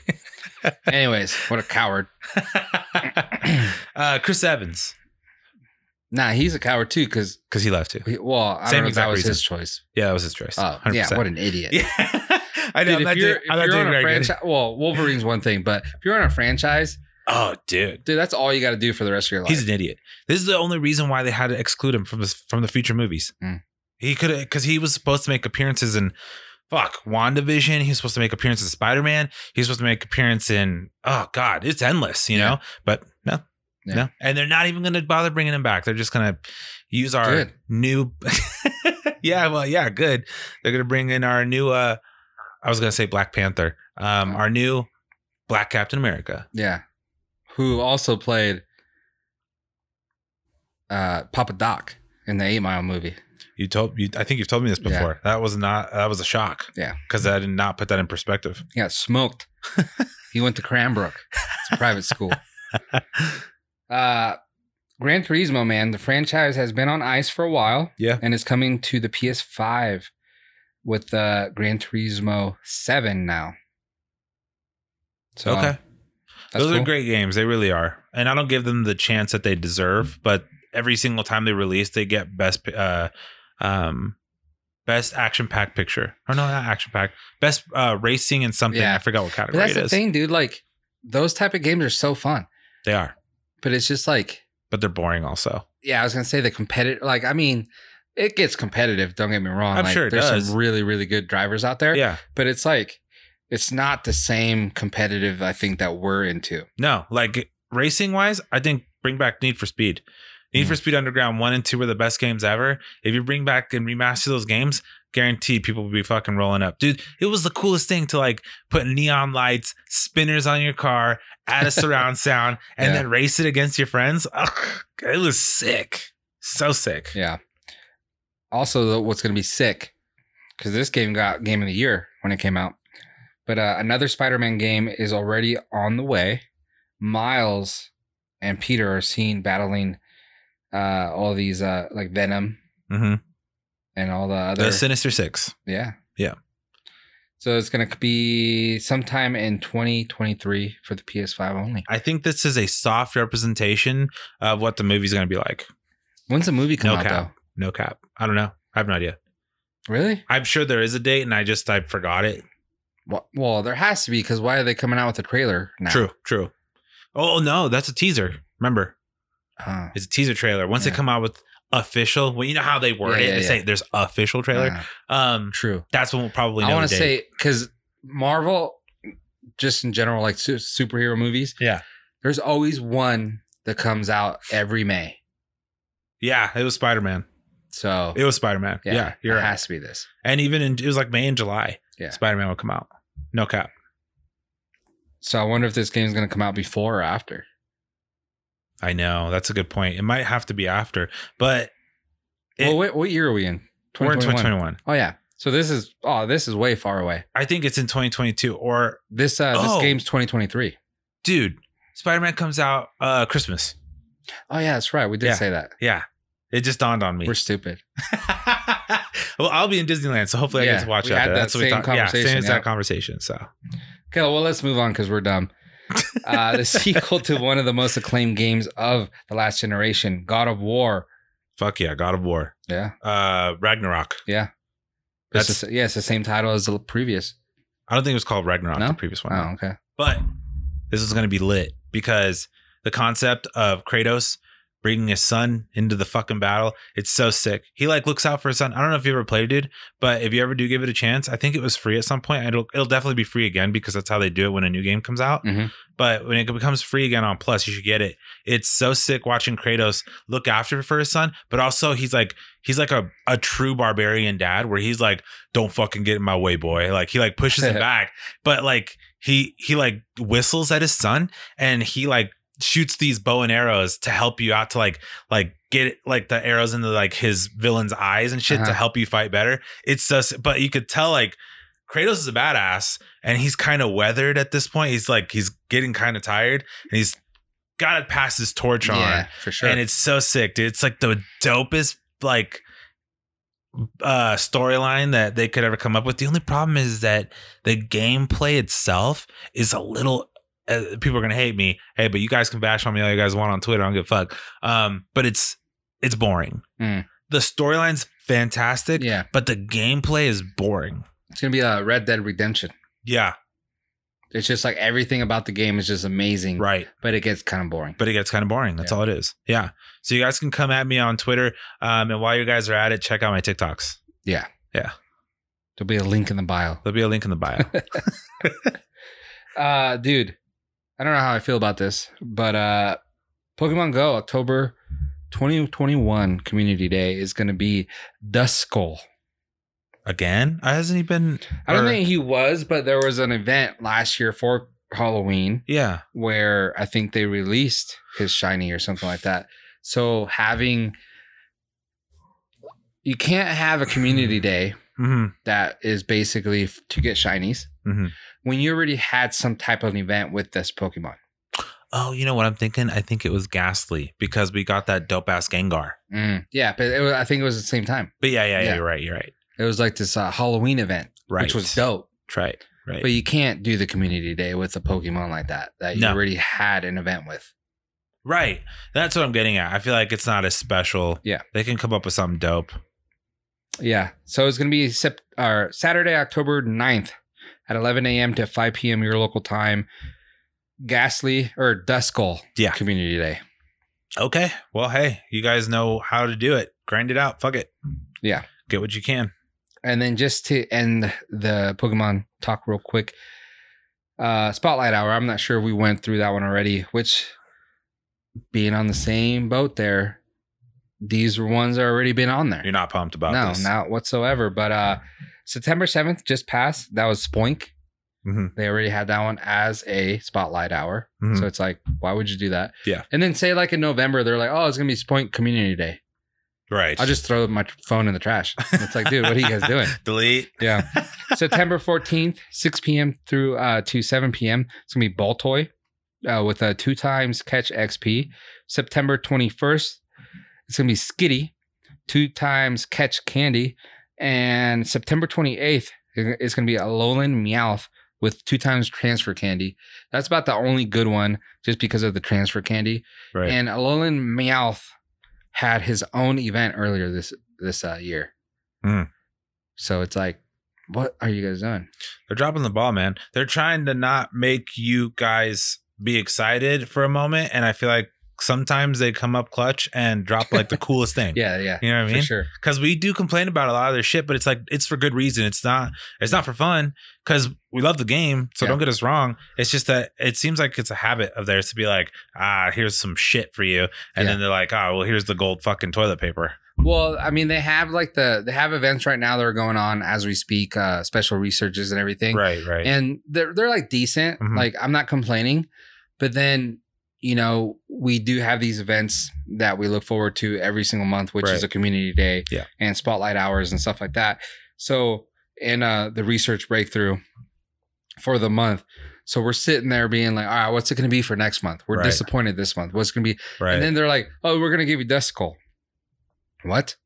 Speaker 2: Anyways, what a coward.
Speaker 3: uh, Chris Evans
Speaker 2: Nah, he's a coward too, because
Speaker 3: because he left too.
Speaker 2: well, I don't
Speaker 3: Same
Speaker 2: know if that
Speaker 3: exact
Speaker 2: was
Speaker 3: reason.
Speaker 2: his choice.
Speaker 3: Yeah, that was his choice.
Speaker 2: Oh, yeah,
Speaker 3: 100%.
Speaker 2: what an idiot.
Speaker 3: Yeah. I
Speaker 2: Dude,
Speaker 3: know. I'm not
Speaker 2: if you're,
Speaker 3: doing, I'm not
Speaker 2: if you're
Speaker 3: doing
Speaker 2: on a
Speaker 3: very
Speaker 2: franchise, well, Wolverine's one thing, but if you're on a franchise,
Speaker 3: good. Oh, dude.
Speaker 2: dude, that's all you got to do for the rest of your life.
Speaker 3: He's an idiot. This is the only reason why they had to exclude him from the, from the future movies.
Speaker 2: Mm.
Speaker 3: He could because he was supposed to make appearances in fuck WandaVision. He was supposed to make appearances in Spider Man. He was supposed to make appearance in oh god, it's endless, you
Speaker 2: Yeah.
Speaker 3: know. But no,
Speaker 2: Yeah.
Speaker 3: no, and they're not even going to bother bringing him back. They're just going to use our
Speaker 2: Good.
Speaker 3: new. yeah, well, yeah, good. They're going to bring in our new. uh I was going to say Black Panther.
Speaker 2: Oh.
Speaker 3: Um, our new Black Captain America.
Speaker 2: yeah, who also played uh, Papa Doc in the Eight Mile movie.
Speaker 3: You told you. I think you've told me this
Speaker 2: Yeah.
Speaker 3: before. That was not. That was a shock.
Speaker 2: Yeah.
Speaker 3: because I did not put that in perspective.
Speaker 2: He got smoked. he went to Cranbrook. It's a private school. Uh, Gran Turismo, man, the franchise has been on ice for a while.
Speaker 3: Yeah.
Speaker 2: And is coming to the PS5 with uh, Gran Turismo 7 now. So, um,
Speaker 3: okay,
Speaker 2: that's
Speaker 3: those
Speaker 2: cool.
Speaker 3: are great games. They really are, and I don't give them the chance that they deserve.
Speaker 2: Mm.
Speaker 3: But every single time they release, they get best, uh, um, best action pack picture. Or no, not action pack. Best uh, racing and something.
Speaker 2: Yeah.
Speaker 3: I forgot what
Speaker 2: But
Speaker 3: category
Speaker 2: that's
Speaker 3: it
Speaker 2: the
Speaker 3: is.
Speaker 2: thing, dude. Like, those type of games are so fun.
Speaker 3: They are,
Speaker 2: But it's just like,
Speaker 3: but they're boring. Also,
Speaker 2: yeah, I was gonna say the competitive. Like, I mean, it gets competitive. Don't get me wrong.
Speaker 3: I'm
Speaker 2: like,
Speaker 3: sure it
Speaker 2: there's
Speaker 3: does.
Speaker 2: some really, really good drivers out there.
Speaker 3: yeah.
Speaker 2: But it's like, it's not the same competitive. I think that we're into.
Speaker 3: No, like racing wise, I think bring back Need for Speed. Need
Speaker 2: Mm.
Speaker 3: for Speed Underground one and two were the best games ever. If you bring back and remaster those games, guaranteed people will be fucking rolling up, dude. It was the coolest thing to like put neon lights, spinners on your car, add a surround sound, and
Speaker 2: Yeah.
Speaker 3: then race it against your friends. Ugh, it was sick, so sick.
Speaker 2: Yeah. Also, though, what's gonna be sick because this game got game of the year when it came out. But uh, another Spider-Man game is already on the way. Miles and Peter are seen battling uh, all these uh, like Venom
Speaker 3: Mhm.
Speaker 2: and all the other
Speaker 3: The Sinister Six.
Speaker 2: Yeah.
Speaker 3: Yeah.
Speaker 2: So it's going to be sometime in 2023 for the PS5 only.
Speaker 3: I think this is a soft representation of what the movie's gonna be like.
Speaker 2: When's the movie come
Speaker 3: No
Speaker 2: out
Speaker 3: cap. No cap. I don't know. I have no idea.
Speaker 2: though? Really?
Speaker 3: I'm sure there is a date, and I just I forgot it.
Speaker 2: Well, well, there has to be because why are they coming out with a trailer now?
Speaker 3: True, true. Oh no, that's a teaser. Remember,
Speaker 2: Uh,
Speaker 3: it's a teaser trailer. Once
Speaker 2: Yeah.
Speaker 3: they come out with official, well, you know how they word
Speaker 2: Yeah,
Speaker 3: it.
Speaker 2: yeah,
Speaker 3: they say there's official trailer.
Speaker 2: uh,
Speaker 3: Um,
Speaker 2: true.
Speaker 3: that's when we'll probably. Know
Speaker 2: I want
Speaker 3: the
Speaker 2: to
Speaker 3: date.
Speaker 2: say because Marvel, just in general, like su- superhero movies,
Speaker 3: Yeah.
Speaker 2: there's always one that comes out every May.
Speaker 3: yeah, it was Spider Man.
Speaker 2: So
Speaker 3: It was Spider Man. Yeah, you're
Speaker 2: it
Speaker 3: right.
Speaker 2: has to be this.
Speaker 3: And even in it was like May and July.
Speaker 2: Yeah.
Speaker 3: Spider Man will come out. No cap.
Speaker 2: So I wonder if this game's going to come out before or after.
Speaker 3: I know that's a good point. It might have to be after, but It-
Speaker 2: well, what, what year are we in?
Speaker 3: we're in 2021.
Speaker 2: Oh yeah. So this is oh this is way far away.
Speaker 3: I think it's in 2022 or
Speaker 2: This uh
Speaker 3: Oh.
Speaker 2: this game's 2023.
Speaker 3: dude, Spider Man comes out uh Christmas.
Speaker 2: Oh yeah, that's right. We did
Speaker 3: Yeah.
Speaker 2: say that.
Speaker 3: Yeah. It just dawned on me.
Speaker 2: We're stupid.
Speaker 3: well, I'll be in Disneyland, so hopefully I
Speaker 2: Yeah,
Speaker 3: get to watch
Speaker 2: we
Speaker 3: that.
Speaker 2: had that
Speaker 3: That's what we
Speaker 2: same
Speaker 3: talked. Yeah,
Speaker 2: conversation,
Speaker 3: same
Speaker 2: yeah.
Speaker 3: exact conversation. So
Speaker 2: Okay, well let's move on because we're dumb. Uh, the sequel to one of the most acclaimed games of the last generation, God of War.
Speaker 3: fuck yeah, God of War,
Speaker 2: Yeah,
Speaker 3: uh, Ragnarok.
Speaker 2: It's
Speaker 3: That's-
Speaker 2: the s- yeah, it's the same title as the previous.
Speaker 3: I don't think it was called Ragnarok
Speaker 2: No?
Speaker 3: the previous one,
Speaker 2: Oh, okay.
Speaker 3: but this is going to be lit because the concept of Kratos bringing his son into the fucking battle, it's so sick. He like looks out for his son. I don't know if you ever played it, dude, but if you ever do give it a chance, I think it was free at some point. It'll it'll definitely be free again because that's how they do it when a new game comes out.
Speaker 2: Mhm.
Speaker 3: But when it becomes free again on Plus, you should get it. It's so sick watching Kratos look after for his son, but also he's like he's like a, a true barbarian dad where he's like, Don't fucking get in my way, boy. Like he like pushes him back. But like he he like whistles at his son and he like shoots these bow and arrows to help you out to like like get like the arrows into like his villain's eyes and shit
Speaker 2: Uh-huh.
Speaker 3: to help you fight better. It's so s- but you could tell like Kratos is a badass and he's kind of weathered at this point. He's like he's getting kind of tired and he's got to pass his torch on.
Speaker 2: Yeah, for sure.
Speaker 3: And it's so sick, dude. It's like the dopest like uh storyline that they could ever come up with. The only problem is that the gameplay itself is a little uh, people are gonna hate me. Hey, but you guys can bash on me all you guys want on Twitter. I don't give a fuck. Um, but it's it's boring.
Speaker 2: Mm.
Speaker 3: The storyline's fantastic,
Speaker 2: yeah,
Speaker 3: but the gameplay is boring.
Speaker 2: it's gonna be a Red Dead Redemption.
Speaker 3: Yeah,
Speaker 2: It's just like everything about the game is just amazing,
Speaker 3: right.
Speaker 2: but it gets kind of boring.
Speaker 3: but it gets kind of boring. That's
Speaker 2: Mm. Yeah.
Speaker 3: all it is. Yeah. So you guys can come at me on Twitter. Um, and while you guys are at it, check out my TikToks.
Speaker 2: Yeah,
Speaker 3: Yeah.
Speaker 2: There'll be a link in the bio.
Speaker 3: There'll be a link in the bio.
Speaker 2: Uh, dude, I don't know how I feel about this, but uh, Pokemon Go October 2021 Community Day is going to be Duskull.
Speaker 3: Again? Uh, Hasn't he been?
Speaker 2: I don't
Speaker 3: or-
Speaker 2: think he was, but there was an event last year for Halloween
Speaker 3: Yeah.
Speaker 2: where I think they released his shiny or something like that. So having you can't have a community day
Speaker 3: hmm
Speaker 2: that is basically f- to get shinies
Speaker 3: Mhm.
Speaker 2: when you already had some type of event with this Pokemon.
Speaker 3: Oh, you know what I'm thinking? I think it was Ghastly because we got that dope ass Gengar.
Speaker 2: Mm, yeah, but it was, I think it was at the same time.
Speaker 3: But yeah, yeah, yeah,
Speaker 2: Yeah.
Speaker 3: You're right. You're right.
Speaker 2: It was like this uh, Halloween event,
Speaker 3: Right.
Speaker 2: which was dope.
Speaker 3: Right. Right.
Speaker 2: But you can't do the community day with a Pokemon like that that you
Speaker 3: No.
Speaker 2: already had an event with.
Speaker 3: right. That's what I'm getting at. I feel like it's not as special.
Speaker 2: Yeah.
Speaker 3: They can come up with something dope.
Speaker 2: Yeah. So it's going to be sep- or Saturday, October 9th at 11 a.m. to 5 p.m. your local time. Ghastly or Duskull
Speaker 3: Yeah.
Speaker 2: Community Day.
Speaker 3: Okay. Well, hey, you guys know how to do it. Grind it out. Fuck it.
Speaker 2: Yeah.
Speaker 3: Get what you can.
Speaker 2: And then just to end the Pokemon talk real quick, uh, Spotlight Hour. I'm not sure if we went through that one already, which being on the same boat there, these ones are already been on there.
Speaker 3: You're not pumped about
Speaker 2: no,
Speaker 3: this.
Speaker 2: not whatsoever. But uh September 7th just passed. That was Spoink.
Speaker 3: Mhm.
Speaker 2: They already had that one as a spotlight hour.
Speaker 3: Mhm.
Speaker 2: So it's like, why would you do that?
Speaker 3: Yeah.
Speaker 2: And then say like in November, they're like, oh, it's gonna be Spoink Community Day.
Speaker 3: Right.
Speaker 2: I'll just throw my phone in the trash. It's like, dude, what are you guys doing?
Speaker 3: delete.
Speaker 2: Yeah. September 14th, 6 p.m. through uh, to 7 p.m. It's going to be Ball Toy uh, with a two times catch XP. September 21st, it's going to be Skitty, two times catch candy. And September 28th, it- it's going to be Alolan Meowth with two times transfer candy. That's about the only good one just because of the transfer candy.
Speaker 3: Right.
Speaker 2: And Alolan Meowth had his own event earlier this this uh, year.
Speaker 3: Mm.
Speaker 2: So it's like, what are you guys doing?
Speaker 3: They're dropping the ball, man. They're trying to not make you guys be excited for a moment. And I feel like sometimes they come up clutch and drop like the coolest thing.
Speaker 2: Yeah, yeah,
Speaker 3: You know what I
Speaker 2: for
Speaker 3: mean?
Speaker 2: sure.
Speaker 3: Because we do complain about a lot of their shit, but it's like it's for good reason. It's not it's not for fun because we love the game. So
Speaker 2: Yeah.
Speaker 3: don't get us wrong. It's just that it seems like it's a habit of theirs to be like, ah, here's some shit for you. And
Speaker 2: Yeah.
Speaker 3: then they're like, oh, well, here's the gold fucking toilet paper.
Speaker 2: Well, I mean, they have like the they have events right now that are going on as we speak, uh, special researches and everything,
Speaker 3: Right, right.
Speaker 2: and they're they're like decent.
Speaker 3: Mhm.
Speaker 2: Like I'm not complaining, but then you know we do have these events that we look forward to every single month, which
Speaker 3: Right.
Speaker 2: is a community day,
Speaker 3: Yeah.
Speaker 2: and spotlight hours and stuff like that. So in uh, the research breakthrough for the month. So we're sitting there being like, all right, what's it going to be for next month? We're
Speaker 3: Right.
Speaker 2: disappointed this month. What's going to be?
Speaker 3: right.
Speaker 2: And then they're like, "Oh, we're gonna give you Duskull." What?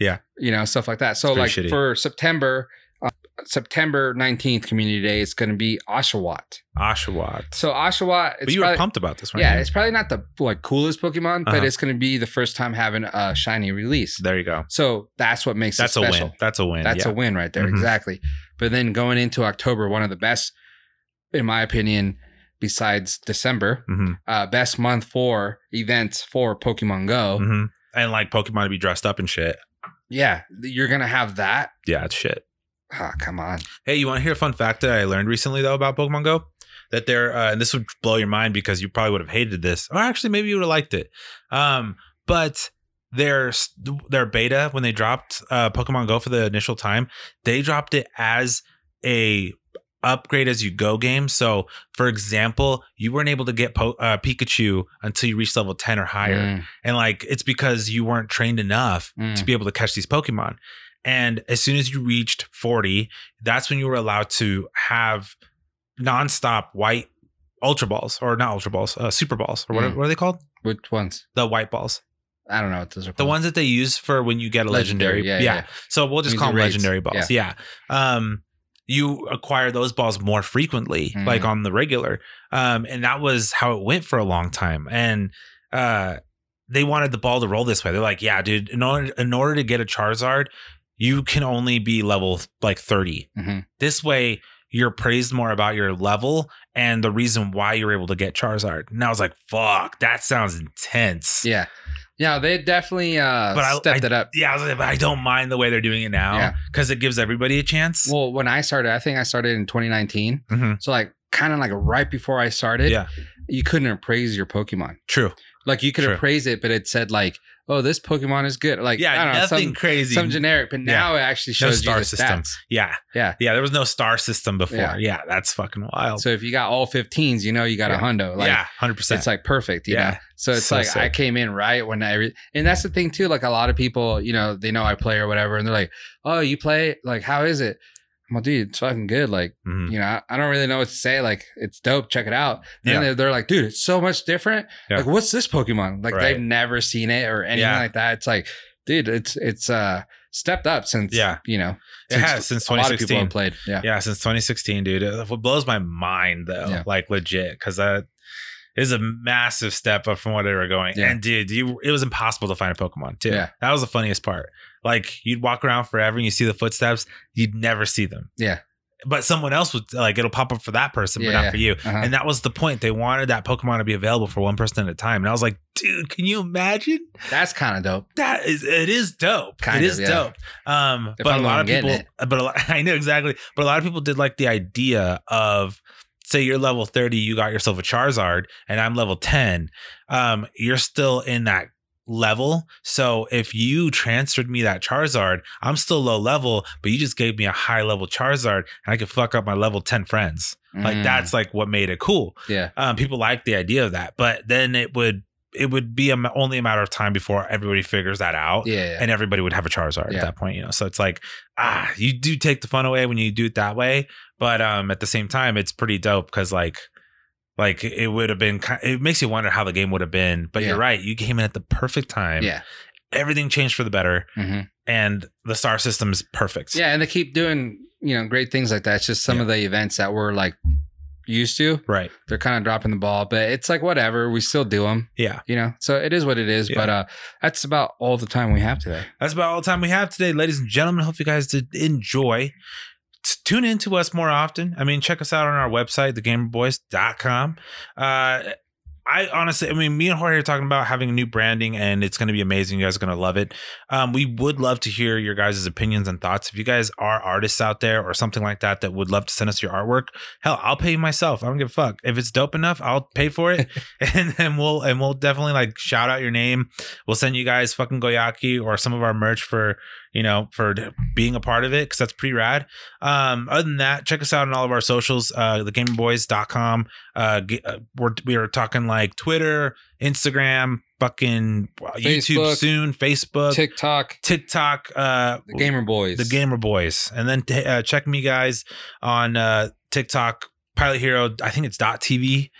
Speaker 3: Yeah.
Speaker 2: You know, stuff like that. So,
Speaker 3: It's
Speaker 2: like
Speaker 3: pretty shitty.
Speaker 2: for September, uh, September nineteenth, Community Day, it's gonna be Oshawott.
Speaker 3: Oshawott.
Speaker 2: So Oshawott, it's
Speaker 3: but you
Speaker 2: probably,
Speaker 3: were pumped about this, right?
Speaker 2: yeah, it's probably not the like coolest Pokemon, but
Speaker 3: Uh-huh.
Speaker 2: it's gonna be the first time having a shiny release.
Speaker 3: there you go.
Speaker 2: So that's what makes
Speaker 3: That's
Speaker 2: it
Speaker 3: a
Speaker 2: special.
Speaker 3: win. That's a win.
Speaker 2: That's
Speaker 3: yeah.
Speaker 2: a win right there.
Speaker 3: Mhm.
Speaker 2: Exactly. But then going into October, one of the best, in my opinion, besides December,
Speaker 3: Mhm.
Speaker 2: uh, best month for events for Pokemon Go.
Speaker 3: hmm And like Pokemon to be dressed up and shit.
Speaker 2: Yeah, th- you're gonna have that.
Speaker 3: Yeah, it's shit.
Speaker 2: Ah, come on.
Speaker 3: Hey, you want to hear a fun fact that I learned recently though about Pokemon Go? That they're uh, and this would blow your mind because you probably would have hated this, or actually maybe you would have liked it. Um, but their s- their beta when they dropped uh, Pokemon Go for the initial time, they dropped it as a upgrade as you go game. So, for example, you weren't able to get po- uh, Pikachu until you reached level ten or higher.
Speaker 2: Mm,
Speaker 3: and like it's because you weren't trained enough
Speaker 2: Mm.
Speaker 3: to be able to catch these pokemon And as soon as you reached 40, that's when you were allowed to have nonstop white ultra balls or not ultra balls, uh, super balls or whatever,
Speaker 2: Mm.
Speaker 3: what are they called?
Speaker 2: Which ones?
Speaker 3: The white balls,
Speaker 2: I don't know what those are.
Speaker 3: the
Speaker 2: called.
Speaker 3: ones that they use for when you get a Hmm. legendary.
Speaker 2: yeah,
Speaker 3: yeah. So we'll just
Speaker 2: These
Speaker 3: call
Speaker 2: are
Speaker 3: them
Speaker 2: raids.
Speaker 3: legendary balls. Yeah. Um, you acquire those balls more frequently,
Speaker 2: Mhm.
Speaker 3: like on the regular. Um, and that was how it went for a long time. And uh, they wanted the ball to roll this way. They're like, yeah, dude, in order, in order to get a Charizard, you can only be level like 30.
Speaker 2: yeah. Mhm.
Speaker 3: This way, you're praised more about your level and the reason why you're able to get Charizard. And I was like, fuck, that sounds intense.
Speaker 2: Yeah. Yeah, they definitely uh
Speaker 3: But I-
Speaker 2: stepped it up.
Speaker 3: Yeah, I was like, but I don't mind the way they're doing it now
Speaker 2: Yeah.
Speaker 3: because it gives everybody a chance.
Speaker 2: Well, when I started, I think I started in 2019.
Speaker 3: Mhm.
Speaker 2: So like kind of like right before I started,
Speaker 3: Yeah.
Speaker 2: you couldn't appraise your Pokemon.
Speaker 3: True.
Speaker 2: Like you could
Speaker 3: True.
Speaker 2: appraise it, but it said like, oh, this Pokemon is good. Like I
Speaker 3: yeah,
Speaker 2: don't know,
Speaker 3: nothing
Speaker 2: some,
Speaker 3: crazy.
Speaker 2: some generic, but now it actually
Speaker 3: no
Speaker 2: shows
Speaker 3: star
Speaker 2: you the
Speaker 3: system.
Speaker 2: stats.
Speaker 3: Yeah,
Speaker 2: Yeah.
Speaker 3: yeah. There was no star system before.
Speaker 2: Yeah.
Speaker 3: Yeah, that's fucking wild.
Speaker 2: So if you got all 15s, you know you got
Speaker 3: Yeah.
Speaker 2: a hundo. Like
Speaker 3: yeah, hundred percent.
Speaker 2: it's like perfect. You
Speaker 3: Yeah.
Speaker 2: Know? So it's
Speaker 3: So
Speaker 2: like I
Speaker 3: sick.
Speaker 2: came in right when I, re- and that's the thing too. Like a lot of people, you know, they know I play or whatever, and they're like, "Oh, you play? Like, how is it?" I'm like, dude, it's fucking good. Like,
Speaker 3: Mhm.
Speaker 2: you know, I, I don't really know what to say. Like, it's dope. Check it out. And
Speaker 3: Yeah.
Speaker 2: they're, they're like, dude, it's so much different.
Speaker 3: Yeah.
Speaker 2: Like, what's this Pokemon? Like,
Speaker 3: Right.
Speaker 2: they've never seen it or anything
Speaker 3: Yeah.
Speaker 2: like that. It's like, dude, it's it's uh stepped up since
Speaker 3: Yeah.
Speaker 2: you know
Speaker 3: It has since
Speaker 2: a lot of people
Speaker 3: 2016.
Speaker 2: have played. Yeah.
Speaker 3: Yeah, since 2016, dude. It what blows my mind though,
Speaker 2: Yeah.
Speaker 3: like legit, because that is a massive step up from where they were going.
Speaker 2: Yeah.
Speaker 3: And dude, you it was impossible to find a Pokemon too.
Speaker 2: Yeah.
Speaker 3: That was the funniest part. Like you'd walk around forever and you see the footsteps, you'd never see them.
Speaker 2: Yeah.
Speaker 3: But someone else would like it'll pop up for that person,
Speaker 2: Yeah,
Speaker 3: but not
Speaker 2: yeah.
Speaker 3: for you.
Speaker 2: Uh-huh.
Speaker 3: And that was the point. They wanted that Pokemon to be available for one person at a time. And I was like, dude, can you imagine?
Speaker 2: That's kind of dope.
Speaker 3: That is it is dope.
Speaker 2: Kind
Speaker 3: it
Speaker 2: of,
Speaker 3: is
Speaker 2: yeah.
Speaker 3: dope. Um
Speaker 2: If
Speaker 3: but
Speaker 2: I'm
Speaker 3: a
Speaker 2: the
Speaker 3: lot
Speaker 2: one
Speaker 3: of
Speaker 2: getting
Speaker 3: people but a lot I know exactly. But a lot of people did like the idea of say you're level 30, you got yourself a Charizard and I'm level 10. Um you're still in that level. So if you transferred me that Charizard, I'm still low level, but you just gave me a high level Charizard and I could fuck up my level 10 friends. Like
Speaker 2: Mm.
Speaker 3: that's like what made it cool.
Speaker 2: Yeah.
Speaker 3: Um, people like the idea of that, but then it would it would be a, ma- only a matter of time before everybody figures that out,
Speaker 2: Mm. yeah. yeah.
Speaker 3: and everybody would have a Charizard
Speaker 2: Yeah.
Speaker 3: at that point. You know, so it's like ah, you do take the fun away when you do it that way, but um, at the same time, it's pretty dope because like. Like it would have been, ki- it makes you wonder how the game would have been. But
Speaker 2: Yeah.
Speaker 3: you're right, you came in at the perfect time.
Speaker 2: yeah.
Speaker 3: everything changed for the better,
Speaker 2: Mhm.
Speaker 3: and the star system is perfect.
Speaker 2: Yeah, and they keep doing you know great things like that. It's just some
Speaker 3: Yeah.
Speaker 2: of the events that we're like used to.
Speaker 3: right.
Speaker 2: They're kind of dropping the ball, but it's like whatever. We still do them,
Speaker 3: Yeah,
Speaker 2: you know. So it is what it is.
Speaker 3: Yeah.
Speaker 2: But uh, that's about all the time we have today.
Speaker 3: That's about all the time we have today, ladies and gentlemen. Hope you guys did enjoy. T- Tune in to us more often. I mean, check us out on our website, thegamerboys.com. Uh, I honestly, I mean, me and Jorge are talking about having a new branding, and it's going to be amazing. You guys are going to love it. Um, we would love to hear your guys' opinions and thoughts. If you guys are artists out there or something like that that would love to send us your artwork, hell, I'll pay you myself. I don't give a fuck. If it's dope enough, I'll pay for it, and then we'll and we'll definitely like shout out your name we'll send you guys fucking goyaki or some of our merch for you know for being a part of it because that's pretty rad um other than that check us out on all of our socials uh thegamerboys.com uh, g- uh we're we are talking like twitter instagram fucking uh,
Speaker 2: Facebook.
Speaker 3: youtube soon facebook
Speaker 2: TikTok,
Speaker 3: tiktok uh
Speaker 2: the Gamer Boys,
Speaker 3: the gamer boys and then t- uh, check me guys on uh tiktok pilot hero i think it's dot tv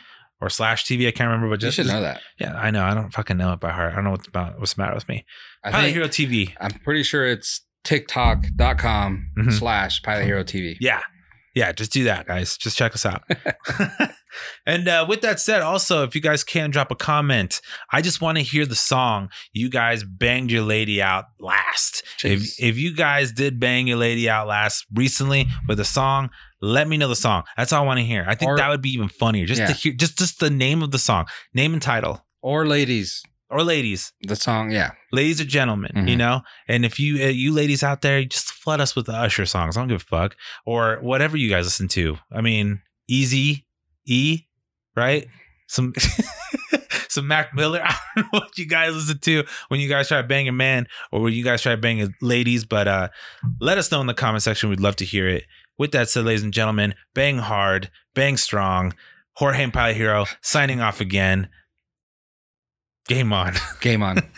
Speaker 3: or slash tv i can't remember but
Speaker 2: You
Speaker 3: just
Speaker 2: should know that.
Speaker 3: yeah, I know. I don't fucking know it by heart. I don't know what's about what's the matter with me.
Speaker 2: I
Speaker 3: Pilot
Speaker 2: think
Speaker 3: Hero TV.
Speaker 2: I'm pretty sure it's TikTok.com
Speaker 3: Mhm.
Speaker 2: slash Pilot Hero TV.
Speaker 3: Yeah. Yeah, just do that, guys. Just check us out. and uh, with that said, also, if you guys can drop a comment, I just want to hear the song you guys banged your lady out last. If,
Speaker 2: Jeez.
Speaker 3: if you guys did bang your lady out last recently with a song, let me know the song. That's all I want to hear. I think
Speaker 2: Or-
Speaker 3: that would be even funnier. Just
Speaker 2: Yeah.
Speaker 3: to hear, just just the name of the song, name and title,
Speaker 2: Or ladies,
Speaker 3: or ladies.
Speaker 2: the song. Yeah,
Speaker 3: ladies or gentlemen, you
Speaker 2: Mhm.
Speaker 3: know. And if you uh, you ladies out there, just flood us with the Usher songs. I don't give a fuck or whatever you guys listen to. I mean, Easy E, right? Some some Mac Miller. I don't know what you guys listen to when you guys try banging man or when you guys try banging ladies. But uh, let us know in the comment section. We'd love to hear it. With that said, ladies and gentlemen, bang hard, bang strong. Jorge and Pilot Hero signing off again. Game on.
Speaker 2: game on.